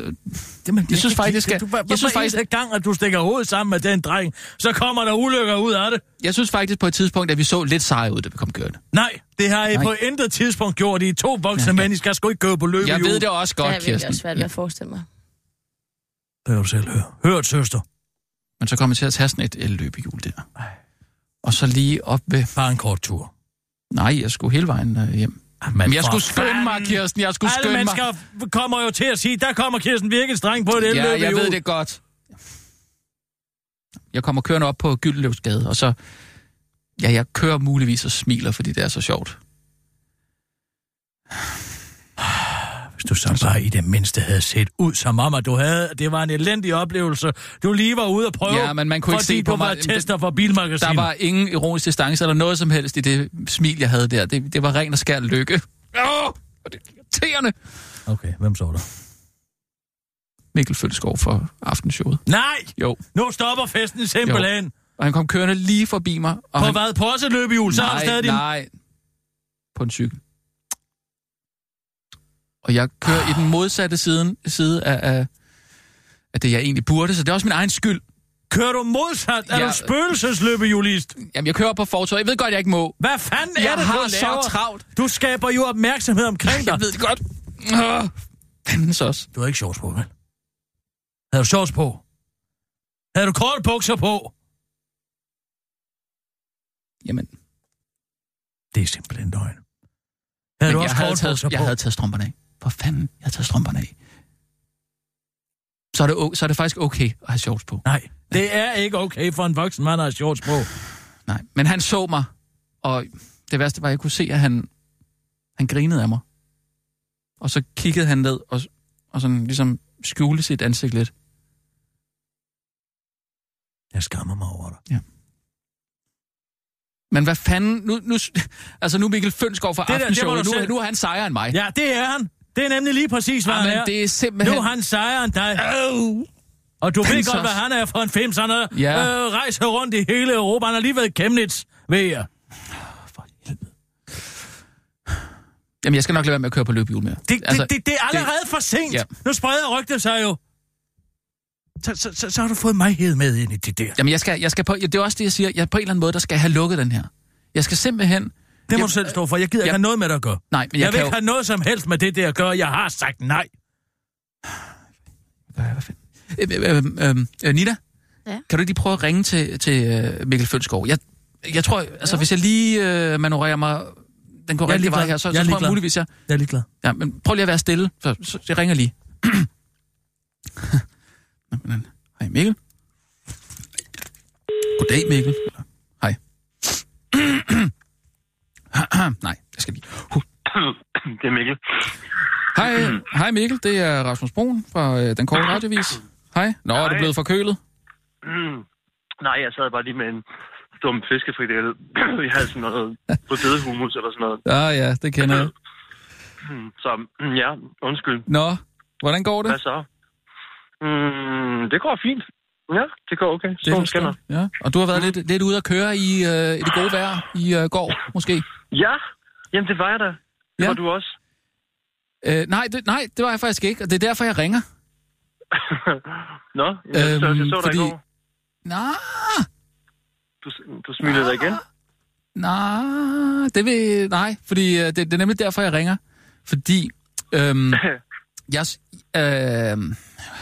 Det, man, Jeg synes faktisk, at- du, jeg, jeg synes faktisk, at gang, at du stikker hovedet sammen med den dreng, så kommer der ulykker ud af det. jeg synes faktisk på et tidspunkt, at vi så lidt seje ud, da vi kom kørende. Nej, det har I Nej. på intet tidspunkt gjort. I er to voksne mænd, I skal sgu ikke køre på løbehjul. Jeg ved det også Det godt, har jeg virkelig Kirsten. også svært ved at forestille mig. Det kan du selv høre. Hørt, søster. Men så kom jeg til at tage sådan et el-løbehjul der. Og så lige op ved... Bare en kort tur. Nej, jeg skulle hele vejen øh, hjem. Men jeg for skulle skynde mig, fanden. Kirsten. Jeg skulle Alle skynde mig. mennesker kommer jo til at sige, der kommer Kirsten Virkens dreng på et Ja, elløbehjul. jeg ved det godt. Jeg kommer kørende op på Gyldenløvsgade, og så... Ja, jeg kører muligvis og smiler, fordi det er så sjovt. Hvis du så bare i det mindste havde set ud som om, at du havde, det var en elendig oplevelse. Du lige var ude og prøve, Ja, men man kunne ikke fordi se på du mig. var Jamen, det- tester for bilmagasinet. Der var ingen ironisk distance eller noget som helst i det smil, jeg havde der. Det, det var ren og skær lykke. Åh, og det er irriterende. Okay, hvem så der? Mikkel Følskov for aftenshowet. Nej! Jo, Nu stopper festen simpelthen. og han kom kørende lige forbi mig. Og På han, hvad? På os et løbehjul? Så har du stadig din... nej. På en cykel. Og jeg kører i den modsatte side, side af, af, af det, jeg egentlig burde, så det er også min egen skyld. Kører du modsat? Er Ja. du spøgelsesløbehjulist? Jamen, jeg kører op på fortorvet. Jeg ved godt, jeg ikke må. Hvad fanden er Jeg det, har du så laver? travlt. Du skaber jo opmærksomhed omkring dig. Jeg ved det godt. Åh, Fandens også. Du har ikke shorts på, vel? Havde du shorts på? Havde du korte bukser på? Jamen, Det er simpelthen løgn. Havde du jeg, også havde korte bukser taget, jeg på? havde taget strømperne af. Hvor fanden? Jeg havde taget strømperne af. Så er det, o- så er det faktisk okay at have shorts på. Nej, det er ikke okay for en voksen mand at have shorts på. Nej, men han så mig, og det værste var, at jeg kunne se, at han, han grinede af mig. Og så kiggede han ned og, og sådan ligesom skjulte sit ansigt lidt. Jeg skammer mig over dig. Men hvad fanden, nu, nu, altså nu er Mikkel Fønskov fra der, det må Aftenshowet, du nu, selv- nu er han sejere end mig. Ja, det er han. Det er nemlig lige præcis, hvad han Jamen, er. det er simpelthen... Nu er han sejere end dig. Og du ved Fanden godt, så. hvad han er for en film. Så han har Ja. øh, rejst rundt i hele Europa. Han har lige været i Chemnitz ved jer. For helvede. Jamen, jeg skal nok lade være med at køre på løbehjul mere. Det, altså, det, det, det er allerede det, for sent. Ja. Ja. Nu spreder rygtet sig jo. Så, så, så, så har du fået mig hed med ind i det der. Jamen, jeg skal, jeg skal på, ja, det er også det, jeg siger. Jeg, på en eller anden måde, der skal jeg have lukket den her. Jeg skal simpelthen... Det må Jamen, du selv stå for. Jeg gider ikke jeg- have noget med dig at gøre. Nej, men Jeg, jeg jeg, vil kan ikke jo... have noget som helst med det der at gøre. Jeg har sagt nej. Hvad gør jeg? Hvad fanden? Øh, øh, øh, øh, øh, Nina? Ja? Kan du ikke lige prøve at ringe til, til øh, Mikkel Følsgaard? Jeg, jeg tror, altså hvis jeg lige øh, manøvrerer mig den Jeg er korrekte ligeglad. vej her, så, Jeg er så tror jeg ligeglad. muligvis, jeg... Jeg er ligeglad. Ja, men prøv lige at være stille, så, så jeg ringer lige. Nå, men han- Hej Mikkel. Goddag Mikkel. Eller, Hej. Nej, jeg skal lige... Huh. det er Mikkel. Hej, hej Mikkel, det er Rasmus Brun fra øh, Den Korte Radiovis. Hej. Nå, er du Hej. blevet forkølet? Mm. Nej, jeg sad bare lige med en dum fiskefrikadelle i halsen og noget hummus eller sådan noget. Ja, ja, det kender jeg. Så mm, ja, undskyld. Nå, hvordan går det? Hvad så? Mm, det går fint. Ja, det går okay. Det Solen forstår- skinner. Ja, og du har været lidt, lidt ude at køre i, øh, i det gode vejr i øh, går, måske? Ja, jamen det var jeg da. Det Ja. ja. var du også. Øh, nej, det, nej, det var jeg faktisk ikke, og det er derfor, jeg ringer. Nå, jeg, øhm, så, jeg så dig fordi- fordi... i går. Nej, Du, du smilede dig igen. nej, det vil, nej, fordi øh, det, det er nemlig derfor, jeg ringer. Fordi, øhm, jeg, s- øhm,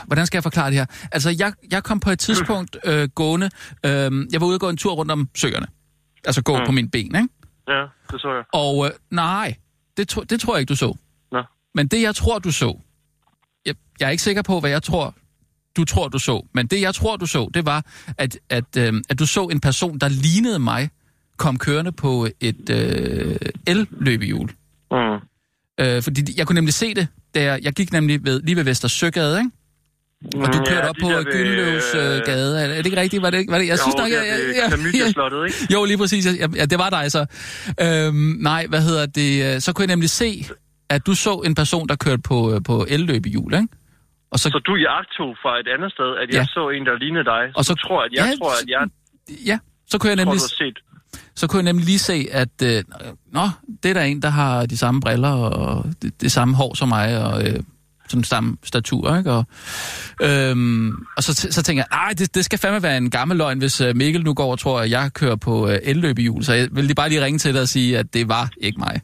hvordan skal jeg forklare det her? Altså, jeg, jeg kom på et tidspunkt øh, gående, øh, jeg var ude og gå en tur rundt om søerne. Altså gå mm. på mine ben, ikke? Ja, det så jeg. Og øh, nej, det, tro, det tror jeg ikke, du så. Nå. Men det, jeg tror, du så... Jeg, jeg er ikke sikker på, hvad jeg tror, du tror, du så. Men det, jeg tror, du så, det var, at, at, øh, at du så en person, der lignede mig, kom kørende på et øh, el-løbehjul. Mm. Øh, fordi jeg kunne nemlig se det, da jeg, jeg gik nemlig ved, lige ved Vester Søgade, ikke? Og du Mm, kørte ja, op de på der ved, Gylløs øh, gade. Er det ikke rigtigt? Var det, ikke- var det, jeg synes jo, nok, der jeg, jeg, ved jeg, jeg, Klamydia-slottet, ikke? jo, lige præcis. Jeg- Ja, det var dig så. Øhm, nej, hvad hedder det? øh, Så kunne jeg nemlig se, at du så en person, der kørte på, øh, på elløbehjul, ikke? Og så, Så du jeg tog fra et andet sted, at jeg Ja. ja. så en, der lignede dig. Og Og så- så tror at jeg Ja, tror, at jeg ja, så kunne jeg tror, nemlig, du har set. så kunne jeg nemlig lige se, at øh, nå, det er der en, der har de samme briller og det, det samme hår som mig, og øh, sådan samme statur, ikke? Og, øhm, og så, t- så tænker jeg, nej, det, det skal fandme være en gammel løgn, hvis øh, Mikkel nu går og tror, at jeg kører på øh, elløbehjul. Så jeg vil lige bare lige ringe til dig og sige, at det var ikke mig.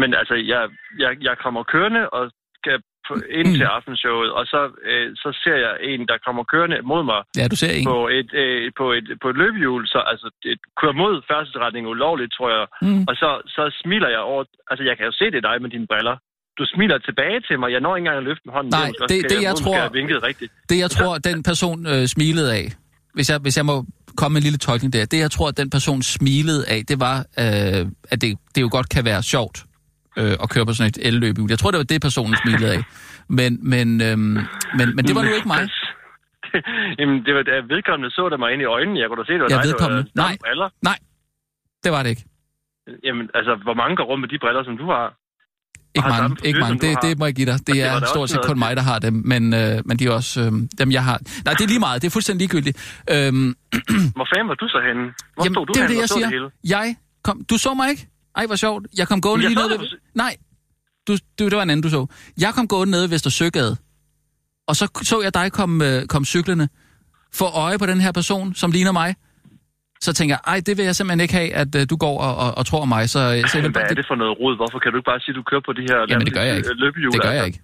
Men altså, jeg, jeg, jeg kommer kørende og skal på, ind til aftenshowet, og så, øh, så ser jeg en, der kommer kørende mod mig Ja, du ser en. på et, øh, på et, på et løbehjul, så altså, det kører mod færdselsretningen ulovligt, tror jeg. Mm. Mm. Og så, så smiler jeg over... Altså, jeg kan jo se det er dig med dine briller. Du smiler tilbage til mig. Jeg når ikke engang at løfte med hånden. Nej, er måske også- det- det, skal jeg måske tror- have vinket rigtigt. Det, jeg tror, den person øh, smilede af, hvis jeg, hvis jeg må komme med en lille tolkning der, det, jeg tror, den person smilede af, det var, øh, at det, det jo godt kan være sjovt øh, at køre på sådan et elløbehjul. Jeg tror, det var det, personen smilede af. Men, men, øh, men, men det var nu ikke mig. Jamen, det var, da vedkommende så der mig ind i øjnene. Jeg kunne da se, det var Jeg dig, der var vedkommende. der Nej. var briller. Nej, det var det ikke. Jamen, altså, hvor mange går rundt med de briller, som du har? Ikke Og har samme mange, frisyre, ikke mange. som du Det, har. det må jeg give dig. Det, det var er da stort også set kun noget. mig, der har dem, men, øh, men de er også øh, dem, jeg har. Nej, det er lige meget. Det er fuldstændig ligegyldigt. Øhm, Hvor fanden var du så henne? Hvor stod du det er jo henne det, og jeg så siger. det hele? Jeg kom... Du så mig ikke? Ej, hvor sjovt. Jeg kom gående Jeg lige så ned det ved... på- Nej, du, du, det var en anden, du så. Jeg kom gående nede ved Vestersøgade, og så så jeg dig komme øh, kom cyklerne få øje på den her person, som ligner mig. Så tænker jeg, ej, det vil jeg simpelthen ikke have, at øh, du går og, og, og tror mig. Så, øh, så jeg vil Jamen, hvad bare... er det for noget rod? Hvorfor kan du ikke bare sige, at du kører på de her Jamen, det gør jeg ikke. øh, løbehjul? det gør altså? jeg ikke.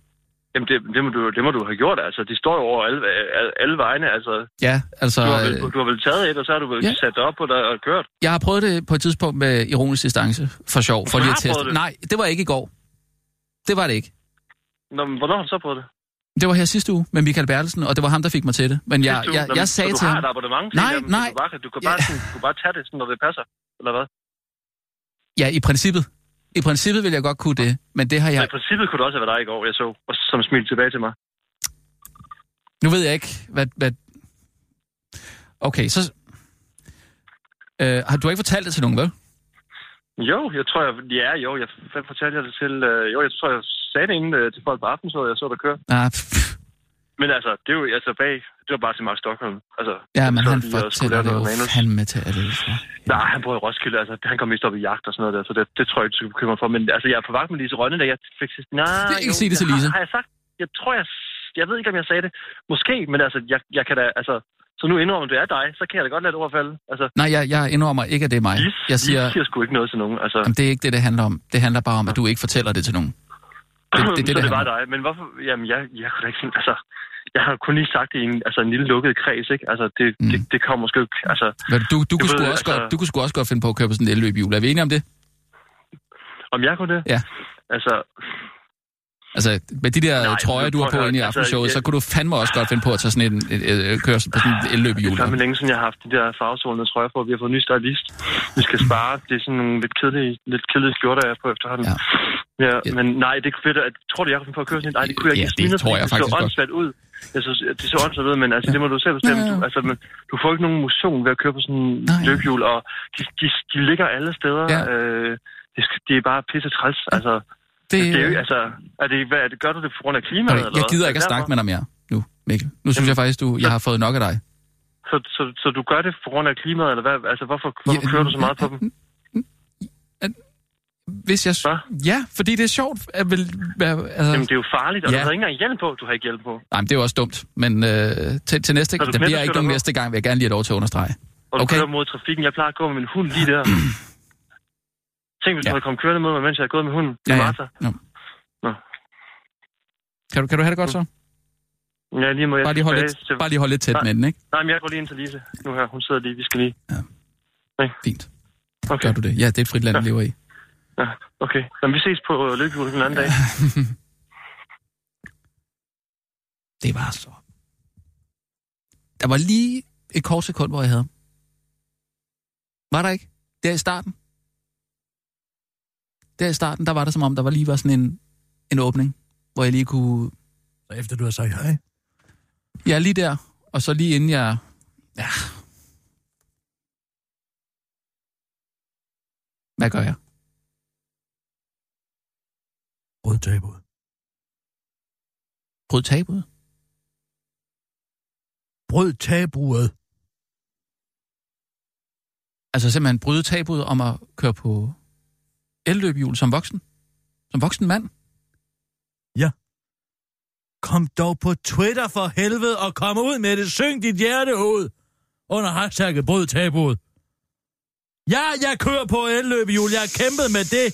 Jamen, det, det, må du, det må du have gjort, altså. De står jo over alle, alle, alle vegne, altså. Ja, altså... Du har, vel, øh, du har vel taget et, og så har du vel Ja. ja. sat dig op på dig og kørt. Jeg har prøvet det på et tidspunkt med ironisk distance, for sjov, for lige at har teste. prøvet det? Nej, det var ikke i går. Det var det ikke. Nå, men hvornår har du så prøvet det? Det var her sidste uge med Michael Bertelsen, og det var ham, der fik mig til det. Men jeg, Sidste uge? jeg, Nå, jeg men- sagde så til du har ham... et abonnement til Nej, dem, så nej. Du, bare, kan- du, kan bare, Ja. sådan, du kan bare tage det, sådan, når det passer, eller hvad? Ja, i princippet. I princippet vil jeg godt kunne det, men det har Ja. jeg... Men i princippet kunne det også have været dig i går, jeg så, og som smilte tilbage til mig. Nu ved jeg ikke, hvad... hvad... Okay, så... Øh, har du ikke fortalt det til nogen, vel? Jo, jeg tror, jeg... Ja, jo, jeg hvad fortalte jeg det til... Øh, jo, jeg tror, jeg sagde det inden øh, til folk på aften, så jeg så dig køre. Ah, pff, Men altså, det er jo altså bag... Det var bare til Mark Stockholm. Altså, ja, men så han vi, øh, skulle fortæller lave det noget jo manus. fandme til alle. tror jeg. Nej, han bor i Roskilde. Altså, han kom mest op i jagt og sådan noget der, så det, det tror jeg ikke, du skal bekymre for. Men altså, jeg er på vagt med Lise Rønne, da jeg fik sidst... Nej, Det- ikke sige det til Lise. Har, har jeg sagt... Jeg tror, jeg... Jeg ved ikke, om jeg sagde det. Måske, men altså, jeg, jeg kan da... Altså, så nu indrømmer du er dig, så kan jeg da godt lade det overfalde. Altså, Nej, jeg, jeg indrømmer ikke, at det er mig. Lise, Jeg siger, Lise siger sgu ikke noget til nogen. Altså, jamen, det er ikke det, det handler om. Det handler bare om, at du ikke fortæller det til nogen. det- det- det så det handler var dig. Men hvorfor... Jamen, jeg, jeg kunne da ikke... sådan- Altså, jeg har jo kun lige sagt det i en, altså, en lille lukket kreds, ikke? Altså, det, Mm. mm. det, det kommer sgu ikke... Altså, Men Du, du, kunne ved sgu jeg, også altså- godt, du kunne sgu også godt finde på at køre på sådan et elløbehjul. Er vi enige om det? om jeg kunne det? Ja. Altså, Altså, med de der Nej, Nej, trøjer, men du har prøv at på høre, inde i altså, aftenshowet, altså, jeg- så kunne du fandme også godt finde på at tage sådan en, en, en, en køre på sådan et elløbehjul. Det er fandme længe siden, jeg har haft de der farvesolende trøjer på. Vi har fået en ny stylist. Vi skal spare. Det er sådan nogle lidt kedelige, lidt kedelige skjorter, jeg er på efterhånden. Ja. Ja. Ja, Ja. men nej, det kunne fedt, at, tror du, jeg kunne få at køre sådan en? Nej, det kunne jeg Ja, ikke det smide, tror fordi jeg faktisk Det så godt. åndssvagt ud. Jeg synes, at det så åndssvagt ud, men altså, det må du selv bestemme. Ja, ja. Du, altså, men, du får ikke nogen motion ved at køre på sådan en Nej. løbehjul, og de, de, de ligger alle steder. Ja. Ja. Øh, det, skal- det er bare pisse træls. Altså, Det, det er jo, altså, er det, hvad, er det, gør du det på grund af klimaet? okay, jeg gider ikke at snakke med dig mere nu, Mikkel. Nu synes jeg faktisk, du, jeg har fået nok af dig. Så, så, så du gør det på grund af klimaet, eller hvad? Altså, hvorfor, hvorfor Ja, kører du så meget på dem? Hvis jeg... Hva? Ja, fordi det er sjovt. At vil, hvad- altså, Jamen, det er jo farligt, og Ja. du har ikke engang hjelm på, du har ikke hjelm på. Nej, men det er jo også dumt. Men øh, til, til næste Har du der bliver knæbeskytter ikke nogen på? næste gang, vil jeg gerne lige have lov til at understrege. Og du Okay. okay. kører mod trafikken. Jeg plejer at gå med min hund lige der. Tænk, hvis Ja. du havde kommet kørende mod mig, mens jeg havde gået med hunden. Ja, ja. Martha. Nå. Nå. Kan du, kan du have det godt så? Ja, lige må jeg Bare lige holde tilbage lidt, til... bare lige holde lidt tæt Nej. med den, ikke? Nej, men jeg går lige ind til Lise. Nu her, hun sidder lige. Vi skal lige. Fint. Okay, Gør du det? Ja, det er et frit land, vi lever i. ja. okay. Jamen, vi ses på øh, løbehjulet en anden dag. Det var så. Der var lige et kort sekund, hvor jeg havde. ham. Var der ikke? Der i starten. Der i starten, der var der som om, der var lige var sådan en, en åbning, hvor jeg lige kunne... Så efter du har sagt hej. Jeg er lige der, og så lige inden jeg... Ja. Hvad gør jeg? Rød tabud. Brød tabuet? Brød taburet. Altså simpelthen bryde tabuet om at køre på elløbehjul som voksen? Som voksen mand? Kom dog på Twitter for helvede og kom ud med det. Syng dit hjerte ud under hashtagget brød tabuet. Ja, jeg kører på elløbehjul. Jeg har kæmpet med det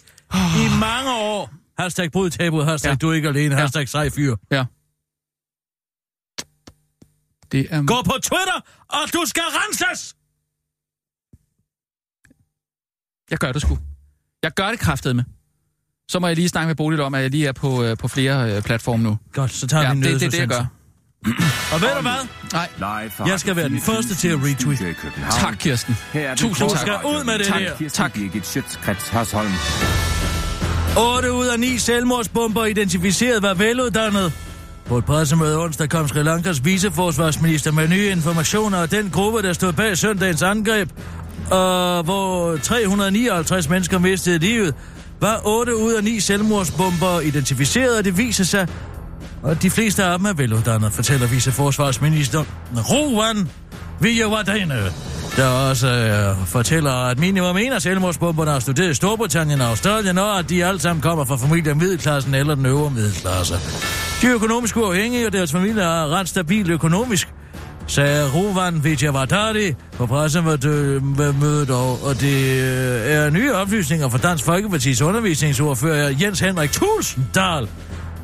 i mange år. Hashtag brød tabuet. Hashtag Ja. ja. du er ikke alene. Hashtag sej fyr. Det er... Gå på Twitter, og du skal renses! Jeg gør det sgu. Jeg gør det kraftedeme. Så må jeg lige snakke med Bodil om, at jeg lige er på, øh, på flere øh, platforme nu. Godt, så tager Ja, vi en det, det er det, jeg gør. nødsudsendelse. Og ved du hvad? Nej, Live fra Jeg skal være den første til at retweet. tak Kirsten. Her er den Tusind korte tak. Du skal ud med det tak, der. Kirsten Tak. Birgit Schøtzgrads Hasholm. 8 ud af 9 selvmordsbomber identificeret var veluddannet. På et pressemøde onsdag kom Sri Lankas viceforsvarsminister med nye informationer, og den gruppe, der stod bag søndagens angreb, øh, hvor 359 mennesker mistede livet, var 8 ud af 9 selvmordsbomber identificeret, og det viser sig, at de fleste af dem er veluddannede, fortæller viceforsvarsminister Rowan Villawadane, der også øh, fortæller, at minimum en af selvmordsbomberne har studeret i Storbritannien og Australien, og at de alle sammen kommer fra familier i middelklassen eller den øvre middelklasse. De er økonomisk uafhængige, og deres familie er ret stabil økonomisk, sagde Rovan Vijayavardari på pressemødet, og, og det øh, er nye oplysninger fra Dansk Folkeparti's undervisningsordfører Jens Henrik Tulsendal.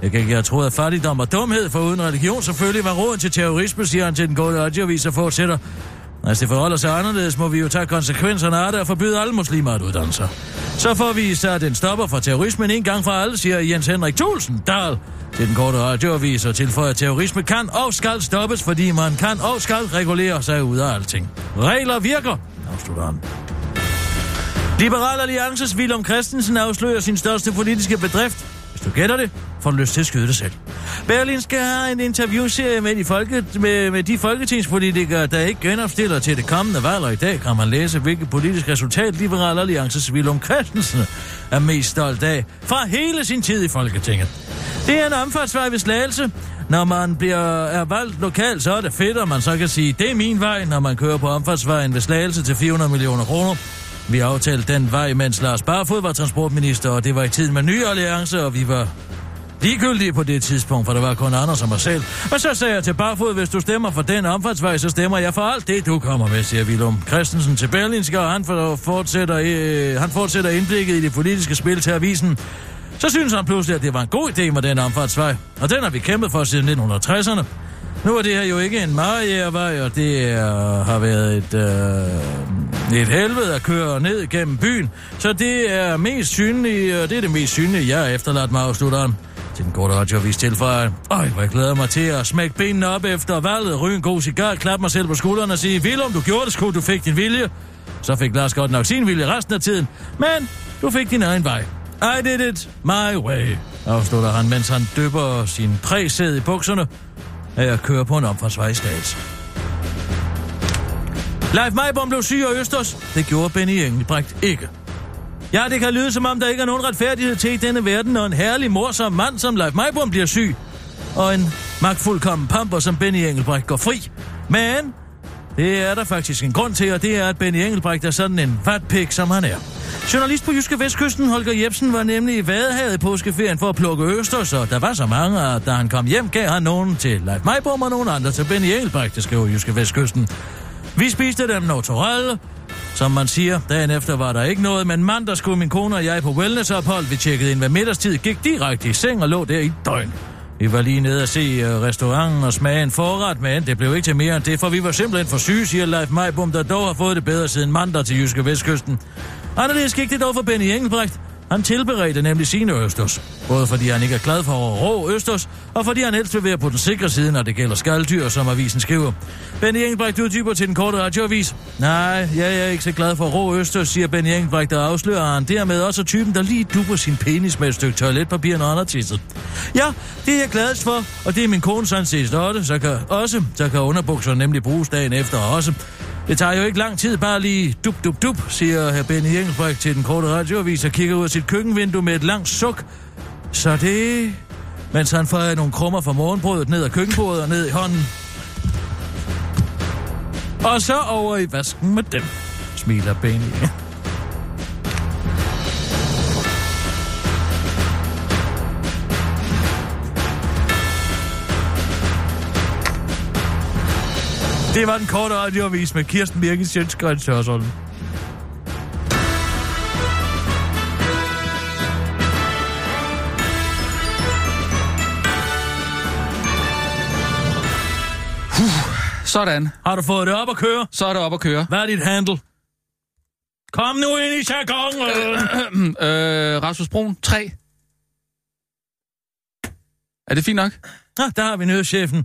Jeg kan ikke have troet, at fattigdom og dumhed for uden religion selvfølgelig var råd til terrorisme, siger han til den gode radioavis og fortsætter. Hvis det forholder sig anderledes, må vi jo tage konsekvenserne af det og forbyde alle muslimer at uddanne sig. Så får vi sat en stopper for terrorismen en gang for alle, siger Jens Henrik Thulsen Dahl til den korte radioavis og tilføjer, at terrorisme kan og skal stoppes, fordi man kan og skal regulere sig ud af alting. Regler virker, afslutter han. Liberal Alliances Willem Christensen afslører sin største politiske bedrift. Hvis du gætter det, får du lyst til at skyde dig selv. Berlin skal have en interviewserie med de, folke, med, med de folketingspolitikere, der ikke genopstiller til det kommende valg, og i dag kan man læse, hvilket politisk resultat Liberal Alliances Willem Christensen er mest stolt af fra hele sin tid i Folketinget. Det er en omfartsvej ved slagelse, når man bliver er valgt lokalt, så er det fedt, og man så kan sige, det er min vej, når man kører på omfartsvejen ved Slagelse til 400 millioner kroner. Vi aftalte den vej, mens Lars Barfod var transportminister, og det var i tiden med nye alliancer, og vi var ligegyldige på det tidspunkt, for der var kun Anders og mig selv. Og så sagde jeg til Barfod, hvis du stemmer for den omfartsvej, så stemmer jeg for alt det, du kommer med, siger Willum Christensen til Berlinske, og han for- fortsætter, øh, han fortsætter indblikket i det politiske spil til avisen. Så synes han pludselig, at det var en god idé med den omfartsvej, og den har vi kæmpet for siden 1960'erne. Nu er det her jo ikke en mariervej, og det er, har været et, øh, et helvede at køre ned gennem byen. Så det er mest synlige, og det er det mest synlige, jeg har efterladt mig, afslutter han. Til den korte radioavis tilføjer. Øj, hvor jeg glæder mig til at smække benene op efter valget, ryge en god cigar, klappe mig selv på skulderen og sige, Willum, du gjorde det sgu, du fik din vilje. Så fik Lars godt nok sin vilje resten af tiden, men du fik din egen vej. I did it my way, afslutter han, mens han dypper sin præsæd i bukserne af at køre på en omfartsvej i Slagelse. Leif Majbom blev syg af Østers. Det gjorde Benny Engelbrecht ikke. Ja, det kan lyde som om, der ikke er nogen retfærdighed til i denne verden, når en herlig morsom mand som Leif Majbom bliver syg, og en magtfuldkommen pamper som Benny Engelbrecht går fri. Men det er der faktisk en grund til, og det er, at Benny Engelbrecht er sådan en vatpik, som han er. Journalist på Jyske Vestkysten, Holger Jebsen, var nemlig i Vadehavet i påskeferien for at plukke østers, og der var så mange, at da han kom hjem, gav han nogen til Leif Majbom og nogen andre til Benny Engelbrecht, det skriver Jyske Vestkysten. Vi spiste dem naturelle, som man siger, dagen efter var der ikke noget, men mandag skulle min kone og jeg på wellnessophold. Vi tjekkede ind ved middagstid, gik direkte i seng og lå der i et døgn. Vi var lige nede at se øh, restauranten og smage en forret, men det blev ikke til mere end det, for vi var simpelthen for syge, siger Leif Majbom, der dog har fået det bedre siden mandag til Jyske Vestkysten. Anderledes gik det dog for Benny Engelbrecht. Han tilberedte nemlig sine østers. Både fordi han ikke er glad for rå østers, og fordi han helst vil være på den sikre side, når det gælder skalddyr, som avisen skriver. Benny Engelbrecht uddyber til den korte radioavis. Nej, jeg er ikke så glad for rå østers, siger Benny Engelbrecht, der afslører han dermed også typen, der lige dupper sin penis med et stykke toiletpapir, når han har tisset. Ja, det er jeg gladest for, og det er min kone sådan set Lotte, så kan også, så kan underbukser nemlig bruges dagen efter også. Det tager jo ikke lang tid, bare lige dup, dup, dup, siger herr Benny Engelbrecht til den korte radioavis og kigger ud af sit køkkenvindue med et langt suk. Så det... Mens han fejrer nogle krummer fra morgenbrødet ned ad køkkenbordet og ned i hånden. Og så over i vasken med dem, smiler Benny. Det var den korte radioavis med Kirsten Birgit Sjøtskrøn Sørsholm. Sådan. Har du fået det op at køre? Så er det op at køre. Hvad er dit handle? Kom nu ind i jargonen! øh, Rasmus Broen, 3. Er det fint nok? Nå, Ah, der har vi nødchefen.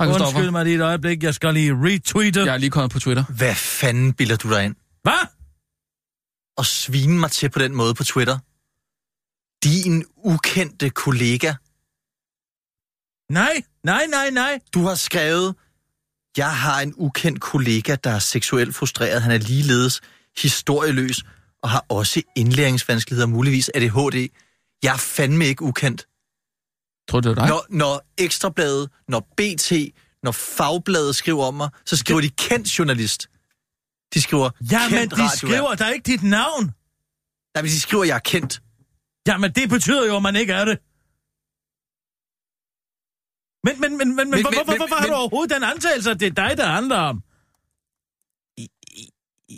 Hej, Undskyld Undskyld mig. mig lige et øjeblik, jeg skal lige retweete. Jeg Ja. er lige kommet på Twitter. Hvad fanden bilder du dig ind? Hvad? Og svine mig til på den måde på Twitter? Din ukendte kollega, Nej, nej, nej, nej. du har skrevet, jeg har en ukendt kollega, der er seksuelt frustreret. Han er ligeledes historieløs og har også indlæringsvanskeligheder, muligvis ADHD. Jeg er fandme ikke ukendt. Tror du, det var dig? Når, når Ekstrabladet, når BT, når Fagbladet skriver om mig, så skriver de kendt journalist. De skriver Jamen, kendt de radiovært. skriver da ikke dit navn. Nej, men de skriver, jeg er kendt. Jamen, det betyder jo, at man ikke er det. Men, men, men, men, men, men- hvorfor, men- hvorfor har du men- overhovedet den antagelse, at det er dig, der handler om?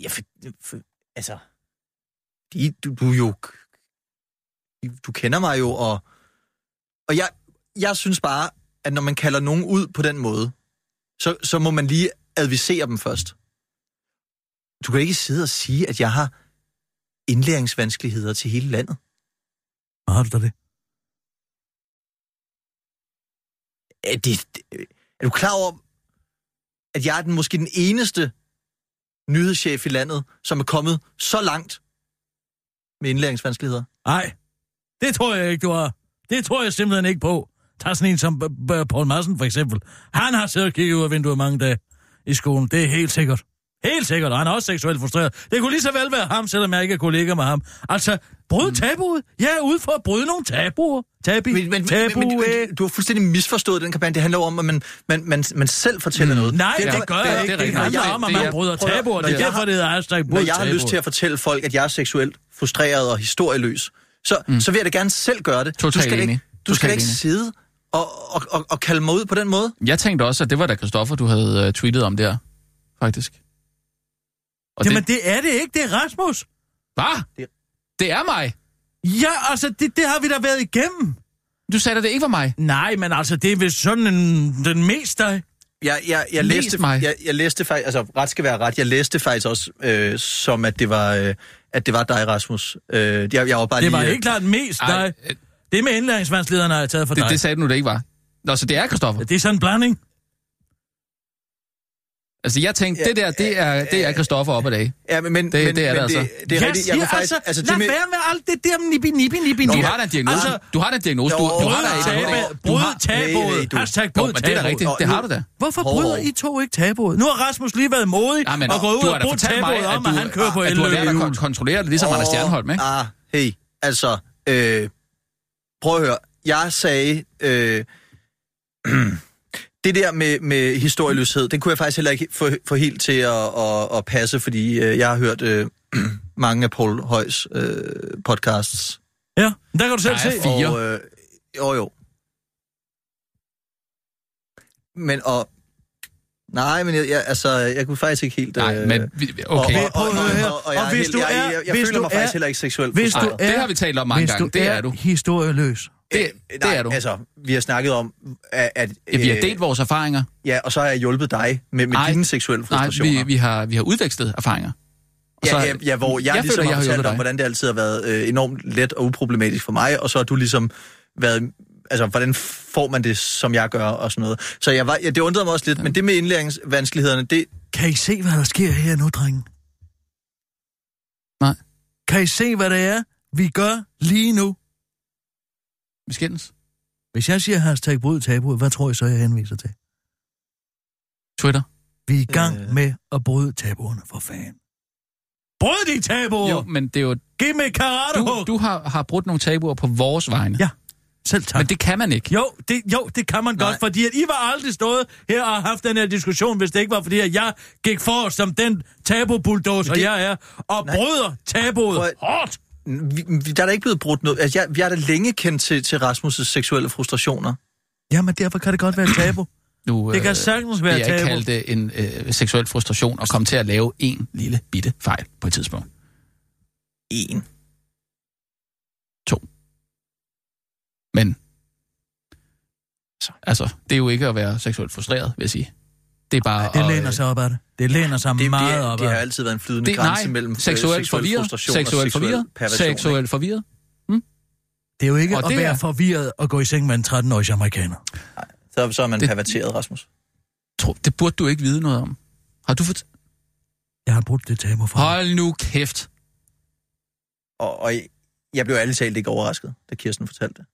Ja, for, for, altså... De, du, du er jo... Du kender mig jo, og... Og jeg, jeg synes bare, at når man kalder nogen ud på den måde, så, så må man lige advisere dem først. Du kan ikke sidde og sige, at jeg har indlæringsvanskeligheder til hele landet. Har du da det? er, det, er du klar over, at jeg er den, måske den eneste nyhedschef i landet, som er kommet så langt med indlæringsvanskeligheder? Nej, det tror jeg ikke, du har. Det tror jeg simpelthen ikke på. Tag sådan en som B- B- Poul Madsen for eksempel. Han har siddet og kigget ud af vinduet mange dage i skolen. Det er helt sikkert. Helt sikkert, og han er også seksuelt frustreret. Det kunne lige så vel være ham, selvom jeg ikke er kollega med ham. Altså, bryd tabuet. Jeg er ude for at bryde nogle tabuer. Tabi, Mm. Men, men, tabu, men, øh. men du har fuldstændig misforstået den kampagne. Det handler jo om, at man, man, man, man selv fortæller noget. Nej, er- det gør er- jeg ikke. er Det rigtigt. handler Jeg- om, at det man er- bryder prøv at- tabuer. når Det er jeg derfor, har- det hedder hashtag Når bryd jeg har tabuer. lyst til at fortælle folk, at jeg er seksuelt frustreret og historieløs, så, mm. så vil jeg da gerne selv gøre det. Totalt du skal da enig. ikke, du skal Totalt da ikke enig. sidde og, og, og, og kalde mig ud på den måde. Jeg tænkte også, at det var da Christoffer, du havde uh, tweetet om der, faktisk. Og Jamen, det... det er det ikke. Det er Rasmus. Hvad? Det er mig. Ja, altså, det, det har vi da været igennem. Du sagde, at det ikke var mig. Nej, men altså, det er vist sådan en, den mest dig. Jeg, jeg, jeg, Læs læste, mig. jeg, jeg læste faktisk, altså ret skal være ret, jeg læste faktisk også, øh, som at det var, øh, at det var dig, Rasmus. Øh, jeg, jeg var bare Det lige, var øh, ikke klart mest Ej, dig. øh, Det med indlæringsvanskeligheden har jeg taget for Det, dig. det sagde du, det ikke var. Nå, så det er Christoffer. Det er sådan en blanding. Altså, jeg tænkte, det der, det er, det er Christoffer op ad dag. Ja, men, men, det, det er det altså. Det, det er rigtigt. Jeg kunne faktisk... Altså, lad det med, være med alt det der nippi, nippi, nippi, Du nippi. har da en diagnose. Altså, du har da en diagnose. Du, du brød har da tabe- en diagnose. Tabe, bryd Nej, nej, tabuet. du- Hashtag Jo, bryd men det er da tabuet. rigtigt. Det har du da. Hvorfor Hov, bryder hov. I to ikke tabuet? Nu har Rasmus lige været modig Nej, Ah, men og gået ud du og har da brudt fortalt mig, tabuet at om, du, at han kører på at du har lært at elløbehjul. kon- kontrollere det, ligesom Åh, Anders Stjernholm, ikke? Ah, hey. Altså, øh, prøv at høre. Jeg sagde, øh, det der med, med historieløshed, den kunne jeg faktisk heller ikke få, få helt til at, at, at passe, fordi øh, jeg har hørt øh, mange af Paul Højs øh, podcasts. Ja, der kan du selv Der se. er Fire. Og, øh, jo, jo. Men og... Nej, men jeg, jeg, altså, jeg kunne faktisk ikke helt... øh, Nej, men vi- okay. Og, og, og, Prøv at høre her. og, og, og, jeg, Og er hvis helt- du jeg, er- jeg, jeg, jeg hvis føler du mig faktisk er- heller ikke seksuelt hvis du Ej, frustreret. det er- har vi talt om mange Hvis gange. du Det er du. historieløs. Det, Øh, det er du. altså, vi har snakket om, at... at Ja, vi har øh, delt vores erfaringer. Ja, og så har jeg hjulpet dig med, med Nej. dine seksuelle Nej, frustrationer. vi, vi, har, vi har udvekslet erfaringer. Og ja, så- ja, ja, hvor jeg, jeg ligesom føler, føler, jeg har har fortalt hjulpet om, dig. hvordan det altid har været øh, enormt let og uproblematisk for mig, og så har du ligesom været... Altså, hvordan får man det, som jeg gør, og sådan noget. Så jeg var, ja, det undrede mig også lidt, men det med indlæringsvanskelighederne, det... Kan I se, hvad der sker her nu, drenge? Nej. Kan I se, hvad det er, vi gør lige nu? Vi skændes. Hvis jeg siger hashtag bryd tabuet, hvad tror I så, jeg henviser til? Twitter. Vi er i gang Øh. med at bryde tabuerne, for fanden. Bryd de tabuer! Jo, men det er jo, Giv mig et karate du, du har, har brudt nogle tabuer på vores vegne. Ja, Selv tak. Men det kan man ikke. Jo, det, jo, det kan man Nej. godt, fordi at I var aldrig stået her og haft den her diskussion, hvis det ikke var, fordi at jeg gik for som den tabubulldozer, det... jeg er, og Nej. bryder tabuet Prøv hårdt. Vi, vi- der er da ikke blevet brudt noget... Altså, jeg, jeg er da længe kendt til, til Rasmus' seksuelle frustrationer. Jamen, derfor kan det godt være et tabu. Nu, Det kan sagtens være vil jeg tabu. kalde det en øh, seksuel frustration og komme til at lave en lille bitte fejl på et tidspunkt. En. Men altså, det er jo ikke at være seksuelt frustreret, vil jeg sige. Det er bare... Det at, læner øh, sig op ad det. Det læner sig Det, meget det, er, op det har ad det. altid været en flydende Det, det, grænse nej, mellem øh, seksuel forvirret, frustration seksuel og seksuel forvirret, perversion. ikke? seksuel forvirret. Det er jo ikke Og at det være er- forvirret og gå i seng med en 13-årig amerikaner. Så, så er Det- man det... perverteret, Rasmus. Tro, det burde du ikke vide noget om. Har du fået... Jeg har brugt det tabu for. Hold nu kæft. Og, og jeg blev ærligt talt ikke overrasket, da Kirsten fortalte det.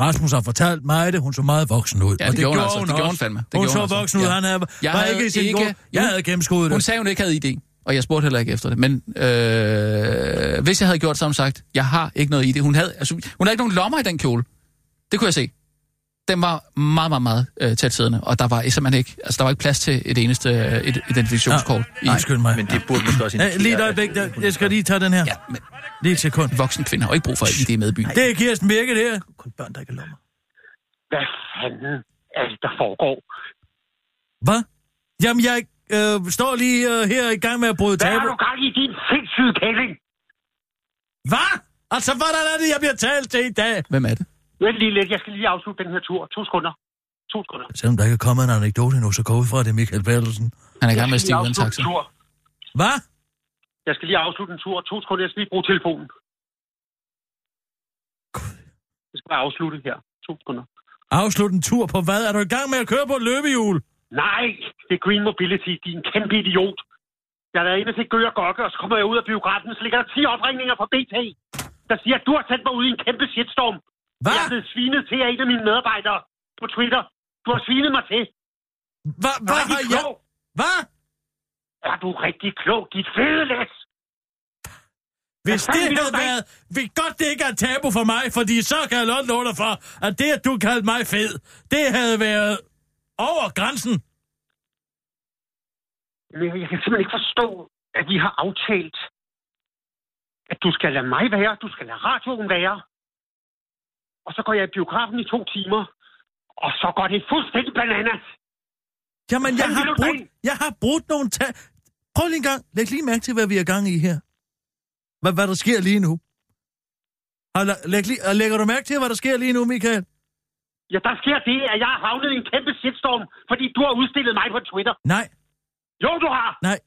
Rasmus har fortalt mig det, hun så meget voksen ud. Ja, Og det gjorde hun altså. Det også. gjorde hun fandme. Det hun gjorde så hun altså. voksen ud, Ja. han er, Jeg var havde ikke i sin ikke- gode. Jeg hun- havde gennemskuddet Hun det. sagde, hun ikke havde idé, og jeg spurgte heller ikke efter det. Men øh, hvis jeg havde gjort, så havde hun sagt, jeg har ikke noget idé. Hun havde, altså, hun havde ikke nogen lommer i den kjole. Det kunne jeg se. Den var meget, meget, meget øh, tæt siddende, og der var simpelthen ikke, altså, der var ikke plads til et eneste øh, et identifikationskort. Ah, i- Nej, undskyld mig. Men det burde måske også Ja, lige et øjeblik, der, jeg skal lige tage den her. Ja, men Lige et sekund. voksne kvinder har jo ikke brug for ID med i byen. Det er Kirsten Birke, det her. Kun børn, der ikke har lommer. Hvad fanden er det, der foregår? Hvad? Jamen, jeg øh, står lige øh, her i gang med at bryde Hvad har tabu. du gang i din sindssyge kælling? Hvad? Altså, hvordan er det, jeg bliver talt til i dag? Hvem er det? Vent lige lidt, jeg skal lige afslutte den her tur. To sekunder. To sekunder. Selvom der ikke er kommet en anekdote nu, så går jeg ud fra, at det er Michael Bertelsen. Han er i Jeg gang med at skal lige stige uden afslutte taxa. en tur. Hvad? Jeg skal lige afslutte en tur. To sekunder, jeg skal lige bruge telefonen. Jeg skal bare afslutte her. To sekunder. Afslut en tur på hvad? Er du i gang med at køre på et løbehjul? Nej, det er Green Mobility, din kæmpe idiot. Jeg er inde til Gø og Gokke, og så kommer jeg ud af biografen, så ligger der 10 opringninger fra BT, der siger, at du har sendt mig ud i en kæmpe shitstorm. Hvad? Jeg er blevet svinet til af en af mine medarbejdere på Twitter. Du har svinet mig til. Hvad, Er hvad du har rigtig jeg... klog? Hvad? Er du rigtig klog, dit fede læs? Hvis Hvad det fanden havde vil du været... Ved godt, det ikke er tabu for mig, fordi så kan jeg godt love dig for, at det, at du kaldte mig fed, det havde været over grænsen. Men jeg kan simpelthen ikke forstå, at vi har aftalt, at du skal lade mig være, du skal lade radioen være. Og så går jeg i biografen i to timer, og så går det fuldstændig bananas. Jamen, jeg Hvad har, vil du brudt, derind? jeg har brudt nogle ta... Prøv lige en gang. Læg lige mærke til, hvad vi er gang i her. Hvad, hvad der sker lige nu. Og, la- læg lige, og lægger du mærke til, hvad der sker lige nu, Michael? Ja, der sker det, at jeg har havnet i en kæmpe shitstorm, fordi du har udstillet mig på Twitter. Nej, Jo, du har! nej.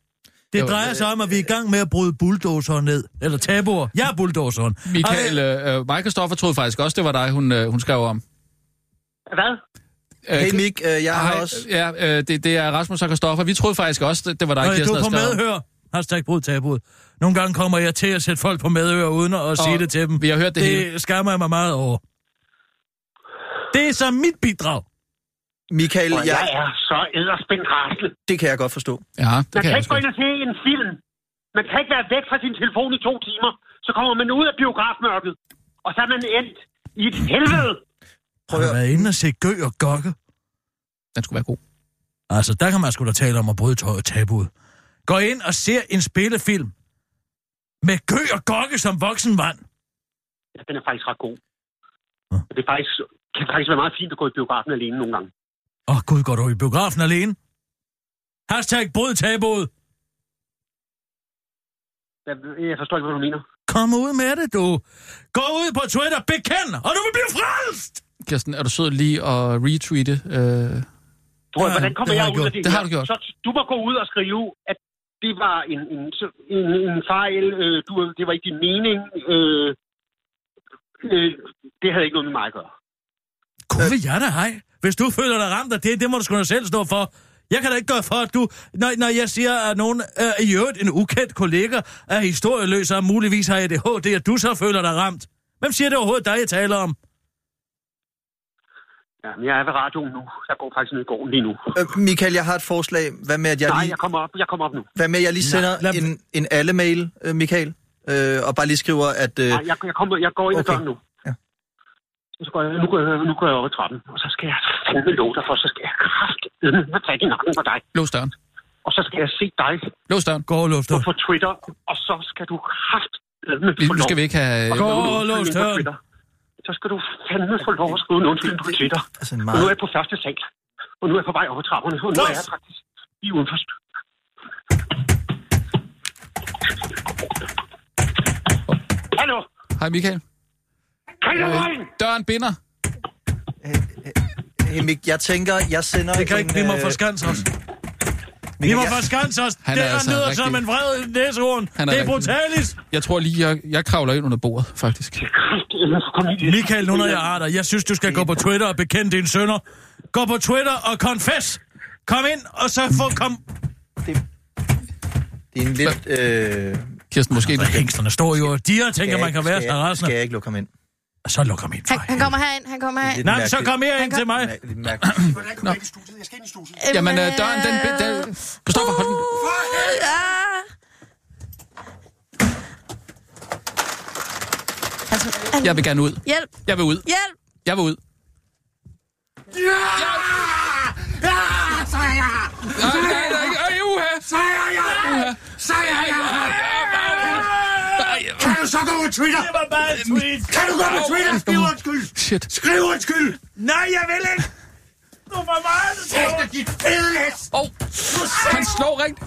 Det Jo, drejer sig om, at vi er i gang med at bryde bulldozeren ned. Eller tabuer. Jeg er bulldozeren. Michael, Og, øh, øh, Michael Stoffer troede faktisk også, det var dig, hun, øh, hun skrev om. Hvad? Hey Mik, øh, jeg har Hej, også... Ja, øh, det, det er Rasmus og Kristoffer. Vi troede faktisk også, det, det var dig, Nej, du Kirsten, er på der skrev. medhør. Hashtag brud tabud. Nogle gange kommer jeg til at sætte folk på medhør, uden at, at sige det til dem. vi har hørt det hele. Det skammer jeg mig meget over. Det er så mit bidrag. Michael, Og jeg jeg, er så æderspændt rasende. det kan jeg godt forstå. Ja, det Man kan kan jeg ikke gå også. ind og se en film. Man kan ikke være væk fra sin telefon i to timer. Så kommer man ud af biografmørket, og så er man endt i et helvede. Prøv at være inde og se gø og gokke. Den skulle være god. Altså, der kan man sgu da tale om at bryde tøjet tabuet. Gå ind og se en spillefilm med gø og gokke som voksen mand. Ja, den er faktisk ret god. Det er faktisk, kan faktisk være meget fint at gå i biografen alene nogle gange. Åh oh, gud, går du i biografen alene? Hashtag bryd tabuet. Jeg, jeg forstår ikke, hvad du mener. Kom ud med det, du. Gå ud på Twitter, bekend, og du vil blive frelst! Kirsten, er du sød lige at retweete? Øh, Du, ja, Ja, hvordan kommer det jeg har jeg ud af gjort. det? Det her? har du gjort. Så du må gå ud og skrive, at det var en, en, en, en fejl, øh, du, det var ikke din mening, øh, øh, det havde ikke noget med mig at gøre. Gud vil jeg da hej. Hvis du føler dig ramt af det, det må du sgu da selv stå for. Jeg kan da ikke gøre for, at du... Når, når jeg siger, at nogen øh, i øvrigt en ukendt kollega er historieløs og muligvis har ADHD, at du så føler dig ramt. Hvem siger det overhovedet dig, jeg taler om? Ja, men jeg er ved radioen nu. Jeg går faktisk ned i gården lige nu. Øh, Michael, jeg har et forslag. Hvad med, at jeg Nej, lige, jeg kommer op, jeg kommer op nu. hvad med, at jeg lige sender lad- en, en alle-mail, øh, Michael? Øh, og bare lige skriver, at... Øh, Nej, jeg, jeg, kommer, jeg går ind okay. Okay. ad døren nu. Ja. Så går jeg, nu, går jeg, nu går jeg over i trappen, og så skal jeg fandme love dig for, så skal jeg kraftedme med tage i nakken på dig. lås døren. Og så skal jeg se dig Lås døren. Gå og lås på, døren. på Twitter, og så skal du kraftedme Vi- få Nu lov. skal vi ikke have... Og så Gå må du og lås følge mig på døren. Twitter. Så skal du fandme få lov at skrive en undskyld på Twitter. altså en Og nu er meget... jeg på første sal, og nu er jeg på vej over trapperne, og nu er jeg faktisk lige uden for Hallo? Hej, Michael. Kan jeg Øh, vejen? døren binder. Hey, Mik, jeg tænker, jeg sender Det kan en, ikke, vi må øh, forskanse os. Vi Michael, må jeg- forskanse os. Han det er her altså lyder rigtig- som en vred næsehorn. Han er Det er rigtig- brutalis. Jeg tror lige, jeg, jeg kravler ind under bordet, faktisk. Michael, nu når jeg har dig, jeg synes, du skal gå på Twitter og bekende dine sønner. Gå på Twitter og confess. Kom ind, og så få kom... Det er en lidt... Øh, Kirsten, måske... Hvad hængsterne står jo og diger, tænker, man kan være skal, så jeg, skal rasende. jeg ikke lukke ham ind? Det Så lukker min Han, for han kommer herind, han kommer er herind. lidt Nej, så mærkeligt. kom her ind til mig. Mær- lidt mærkeligt. Jamen, øh, døren, den... bin- Øhm, den Kristoffer, hold den... Altså, han, Jeg vil gerne ud. Hjælp, Jeg vil ud. hjælp. Jeg vil ud. Ja! Ja! Så er jeg! Nej, nej, nej, nej, uha! Så er jeg! Så er jeg! Det var bare en tweet. Shit. Nej, jeg vil ikke. Du var meget Åh, oh, han slår rent.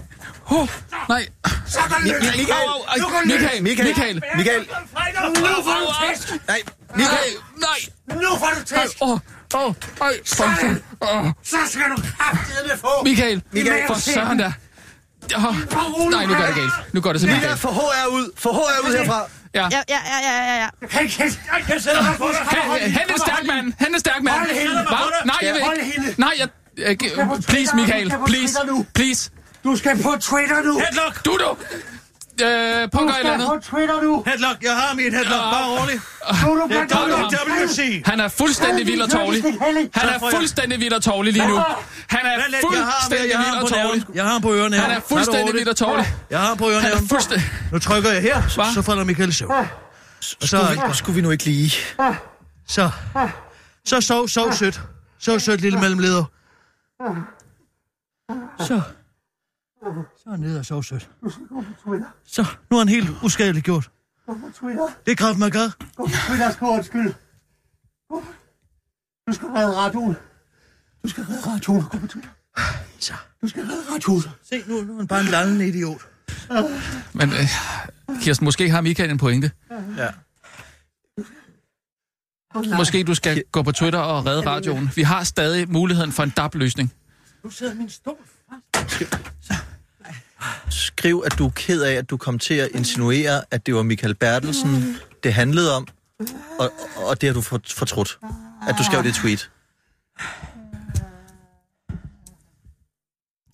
Oh, nej. Michael, au, au, au. Michael, Michael, Michael. Michael, Nu får Au, au. nej, Nej, Michael, nej. Nu får du tæsk, Åh, oh, åh, oh, ej, for søren. Åh, så skal du kraftedeme få. Michael, Michael. for søren da. Åh, nej, nu går det galt. Nu går det simpelthen galt. Michael, få HR ud. Få HR ud herfra. Ja. Ja, ja, ja, ja, ja, ja. Hey, kæft, jeg sætter mig på dig. Hen- Hen er stærk mand. Han er stærk mand. Hold hende. Hva? Nej, jeg vil Hold hende. ikke. Nej, jeg... jeg- Please, Michael. Please. Please. Du skal på Twitter nu. Headlock. Du, du. Øh, Du pokker et eller skal andet. på Twitter nu. Headlock, jeg har mit headlock. Bare rolig. Nu er du på WC. Han er fuldstændig vild og tårlig. Han er fuldstændig vild og tårlig lige nu. Han er Vent lidt, Jeg har ham, fuldstændig jeg har vild ham og på tårlig. næven. Jeg har ham på ørerne. Han er fuldstændig vild og tårlig. Jeg har ham på ørerne. Han er fuldstændig... Nu trykker jeg her, så, Hva? så falder Michael i søvn. Og så, Skulle vi- Skulle vi nu ikke lige... så, så sov, sov sødt. Sov sødt, lille mellemleder. Så, så ned og sov sødt. Så, nu er han helt uskadelig gjort. På Twitter. Det er kraft, man gør. Gå på Twitter, skal undskyld. Du skal redde radioen. Du skal redde radioen. Gå på Twitter. Så, Du skal redde radioen. se nu, nu er han bare en lallende idiot. Men øh, Kirsten, måske har Michael en pointe. Ja. Måske du skal gå på Twitter og redde radioen. Vi har stadig muligheden for en DAB-løsning. Nu sidder min stol fast. Skriv, at du er ked af, at du kom til at insinuere, at det var Michael Bertelsen, det handlede om, og, og det har du fort- fortrudt. At du skrev det tweet.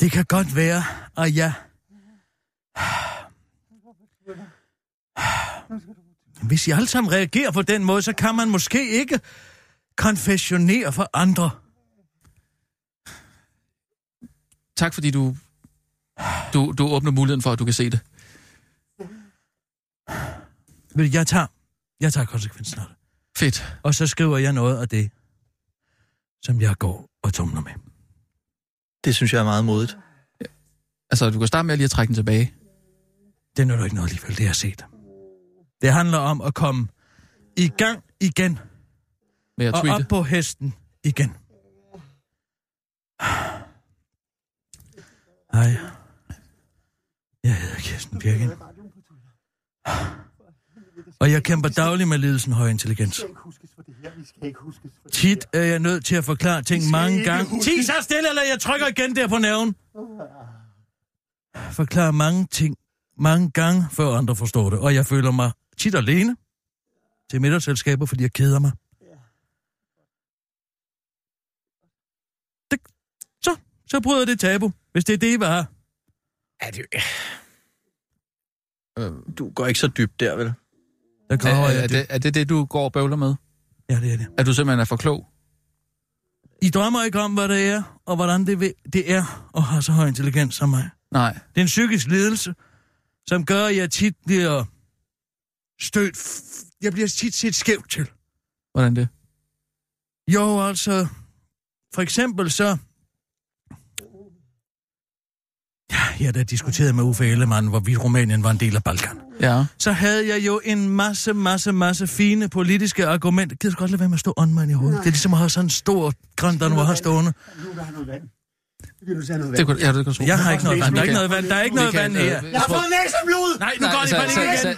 Det kan godt være, og ja. Hvis I alle sammen reagerer på den måde, så kan man måske ikke konfessionere for andre. Tak fordi du, du, du åbner muligheden for, at du kan se det. Men jeg tager, jeg tager konsekvensen af det. Fedt. Og så skriver jeg noget af det, som jeg går og tumler med. Det synes jeg er meget modigt. Altså, du kan starte med lige at trække den tilbage. Det nytter ikke noget alligevel, det har jeg set. Det handler om at komme i gang igen. Med at og tweete. op på hesten igen. Hej. Jeg hedder Kirsten Birken. Og jeg kæmper dagligt med lidelsen høj intelligens. Tit er jeg nødt til at forklare ting mange gange. Ti så stille, eller jeg trykker igen der på næven. Forklare mange ting mange gange, før andre forstår det. Og jeg føler mig tit alene til middagsselskaber, fordi jeg keder mig. Det, så, så bryder det tabu, hvis det er det, I var. Ja, det... Øhm, Du går ikke så dybt der, vel? Der Er, graver er, er, jeg det, det. er det det, du går og bøvler med? Ja, det er det. At du simpelthen er for klog? I drømmer ikke om, hvad det er, og hvordan det, vil, det er at have så høj intelligens som mig. Nej. Det er en psykisk lidelse, som gør, at jeg tit bliver stødt. f- Jeg bliver tit set skævt til. Hvordan det? Jo, altså... For eksempel så... Ja, jeg der diskuterede med Uffe Ellemann, hvorvidt Rumænien var en del af Balkan. Ja. Så havde jeg jo en masse, masse, masse fine politiske argumenter. Gider du godt lade være med at stå åndmand i hovedet? Det er ligesom at have sådan en stor grøn, der nu har stående. Nu vil du have noget vand. Nu vil du have noget Det vand. kunne, ja, det kunne Jeg har ikke noget vand. Der er ikke noget vand. Der er ikke noget vand øh, her. Jeg har fået næseblod! Nej, nu går det bare igen. Jeg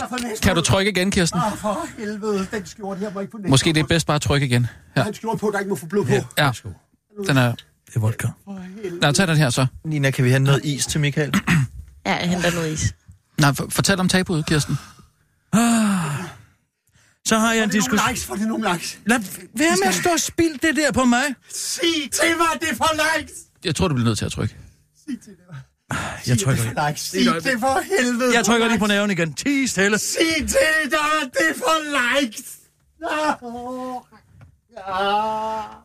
har fået næseblod! Kan du trykke igen, Kirsten? Åh, Ah, for helvede. Den skjorte her må ikke få næseblod. Måske det er bedst bare at trykke igen. Ja. Han skjorte på, der ikke må få blod på. ja. Den er... Det er vodka. Nej, tag den her så. Nina, kan vi have noget is til Michael? Ja, jeg henter noget is. Nej, for, fortæl om tabuet, Kirsten. Så har Det jeg en er nogle diskussion. laks, for det er nogle laks. Lad være med at stå og spilde det der på mig. Sig til mig, det er for laks! Jeg tror, du bliver nødt til at trykke. Sig til mig. Jeg Sig, det trykker er lige. for laks. Sig det er for helvede. Jeg trykker lige på næven igen. Ti stille. Sig til dig, det er for likes!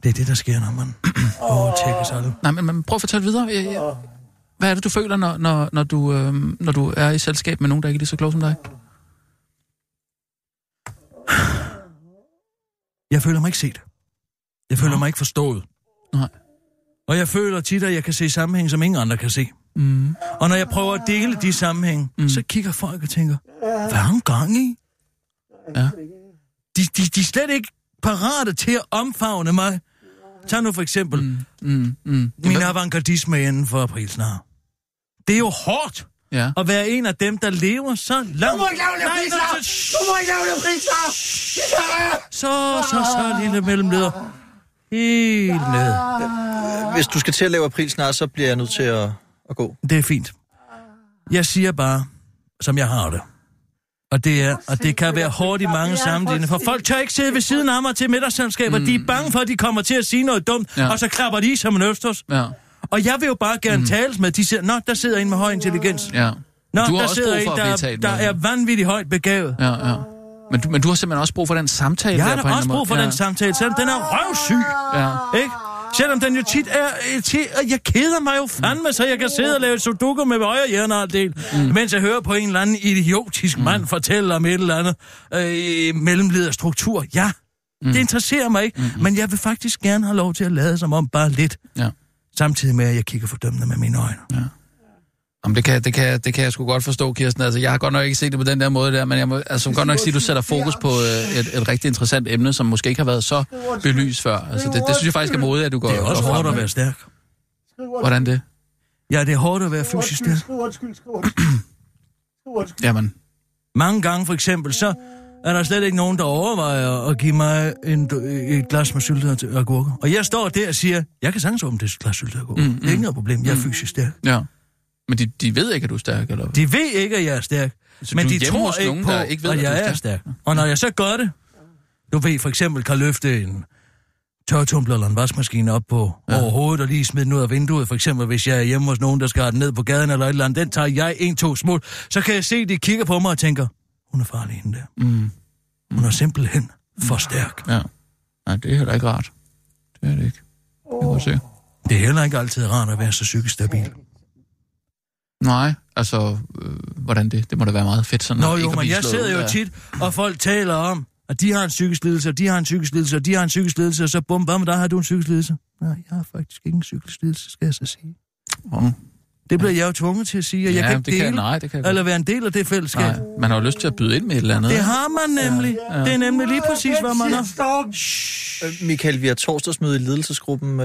Det er det, der sker, når man overtækker sig. du. Nej, men, men prøv at fortælle videre. Jeg, jeg, hvad er det, du føler, når, når, når, du, øh, når du er i selskab med nogen, der ikke er lige så klog som dig? Jeg føler mig ikke set. Jeg føler mig ikke forstået. Nej. Og jeg føler tit, at jeg kan se sammenhæng, som ingen andre kan se. Mm. Og når jeg prøver at dele de sammenhæng, mm. så kigger folk og tænker, hvad har han gang i? Ja. De, de, de er slet ikke parate til at omfavne mig. Tag nu for eksempel mm. Mm, mm. min avantgardisme inden for aprilsnar. Det er jo hårdt Ja. at være en af dem, der lever så langt. Du må ikke lave Nej, priser! nej, så- Du må ikke lave priser! Så, så, så, lille mellemleder. Helt ned. Hvis du skal til at lave april snart, så bliver jeg nødt til at, at gå. Det er fint. Jeg siger bare, som jeg har det. Og det, er, og det kan være hårdt i mange sammenligninger, for folk tør ikke sidde ved siden af mig til middagsselskaber. Mm. De er bange for, at de kommer til at sige noget dumt, Ja. ja. og så klapper de i som en østers. Ja. Og jeg vil jo bare gerne mm. tales med. De siger, nå, der sidder en med høj intelligens. ja. Nå, du har der også sidder brug for en, at blive der, talt der med. er vanvittigt højt begavet. Ja. Ja, ja. Men du, men du har simpelthen også brug for den samtale Jeg har der på en da også eller anden brug for måde. den samtale, selvom den er røvsyg. Ja. Ikke? Selvom den jo tit er øh, til, og jeg keder mig jo fandme, så jeg kan sidde og lave sudoku med højre hjernehalvdel, mm. mens jeg hører på en eller anden idiotisk mm. mand fortælle om et eller andet øh, mellemlederstruktur. Ja, mm. det interesserer mig ikke, mm. men jeg vil faktisk gerne have lov til at lade som om bare lidt, Ja. ja. samtidig med, at jeg kigger fordømmende med mine øjne. Ja. Jamen, det, kan, det, kan, det kan jeg sgu godt forstå, Kirsten. Altså, jeg har godt nok ikke set det på den der måde der, men jeg må altså, godt nok sige, at du sætter fokus på øh, et, et rigtig interessant emne, som måske ikke har været så belyst før. Altså, det, det synes jeg faktisk er modigt, at du går Det er også går frem hårdt at med. være stærk. Hvordan det? Ja, det er hårdt at være fysisk stærk. Skriv undskyld, skriv undskyld. Skriv undskyld. Jamen, Mange gange for eksempel, så er der slet ikke nogen, der overvejer at give mig en, et glas med syltede agurker. Og jeg står der og siger, jeg kan sagtens åbne det glas syltede agurker. Mm, mm. Det er ikke noget problem, jeg er fysisk stærk. ja. Men de, de ved ikke, at du er stærk, eller hvad? De ved ikke, at jeg er stærk, så men du er de hjemme tror hos ikke nogen, på, der ikke ved, at at du jeg er er stærk. Og når jeg så gør det, du ved, for eksempel kan løfte en tørretumbler eller en vaskemaskine op på ja. overhovedet og lige smide den ud af vinduet. For eksempel, hvis jeg er hjemme hos nogen, der skal have den ned på gaden eller et eller andet, den tager jeg en, to smut. Så kan jeg se, at de kigger på mig og tænker, hun er farlig hende der. Mm. Hun er simpelthen for stærk. Ja. Nej, det er heller ikke rart. Det er det ikke. Det kan jeg se. Det er heller ikke altid rart at være så psykisk stabil. Nej, altså, øh, hvordan det? Det må da være meget fedt sådan. Nå at jo, ikke at men blive jeg slået sidder ud jo af- tit, og folk taler om, at de har en psykisk lidelse, og de har en psykisk lidelse, og de har en psykisk lidelse, og så bum, hvad med dig, har du en psykisk lidelse? Nej, jeg har faktisk ikke en psykisk lidelse, skal jeg så sige. Mm. Det bliver jeg jo tvunget til at sige, og jeg Ja, kan det ikke kan- dele, nej, det kan jeg godt. eller være en del af det fællesskab. Nej, man har jo lyst til at byde ind med et eller andet. Det ikke? har man nemlig. Ja. Det er nemlig lige præcis, hvad man har. Øh, Michael, vi har torsdagsmøde i ledelsesgruppen.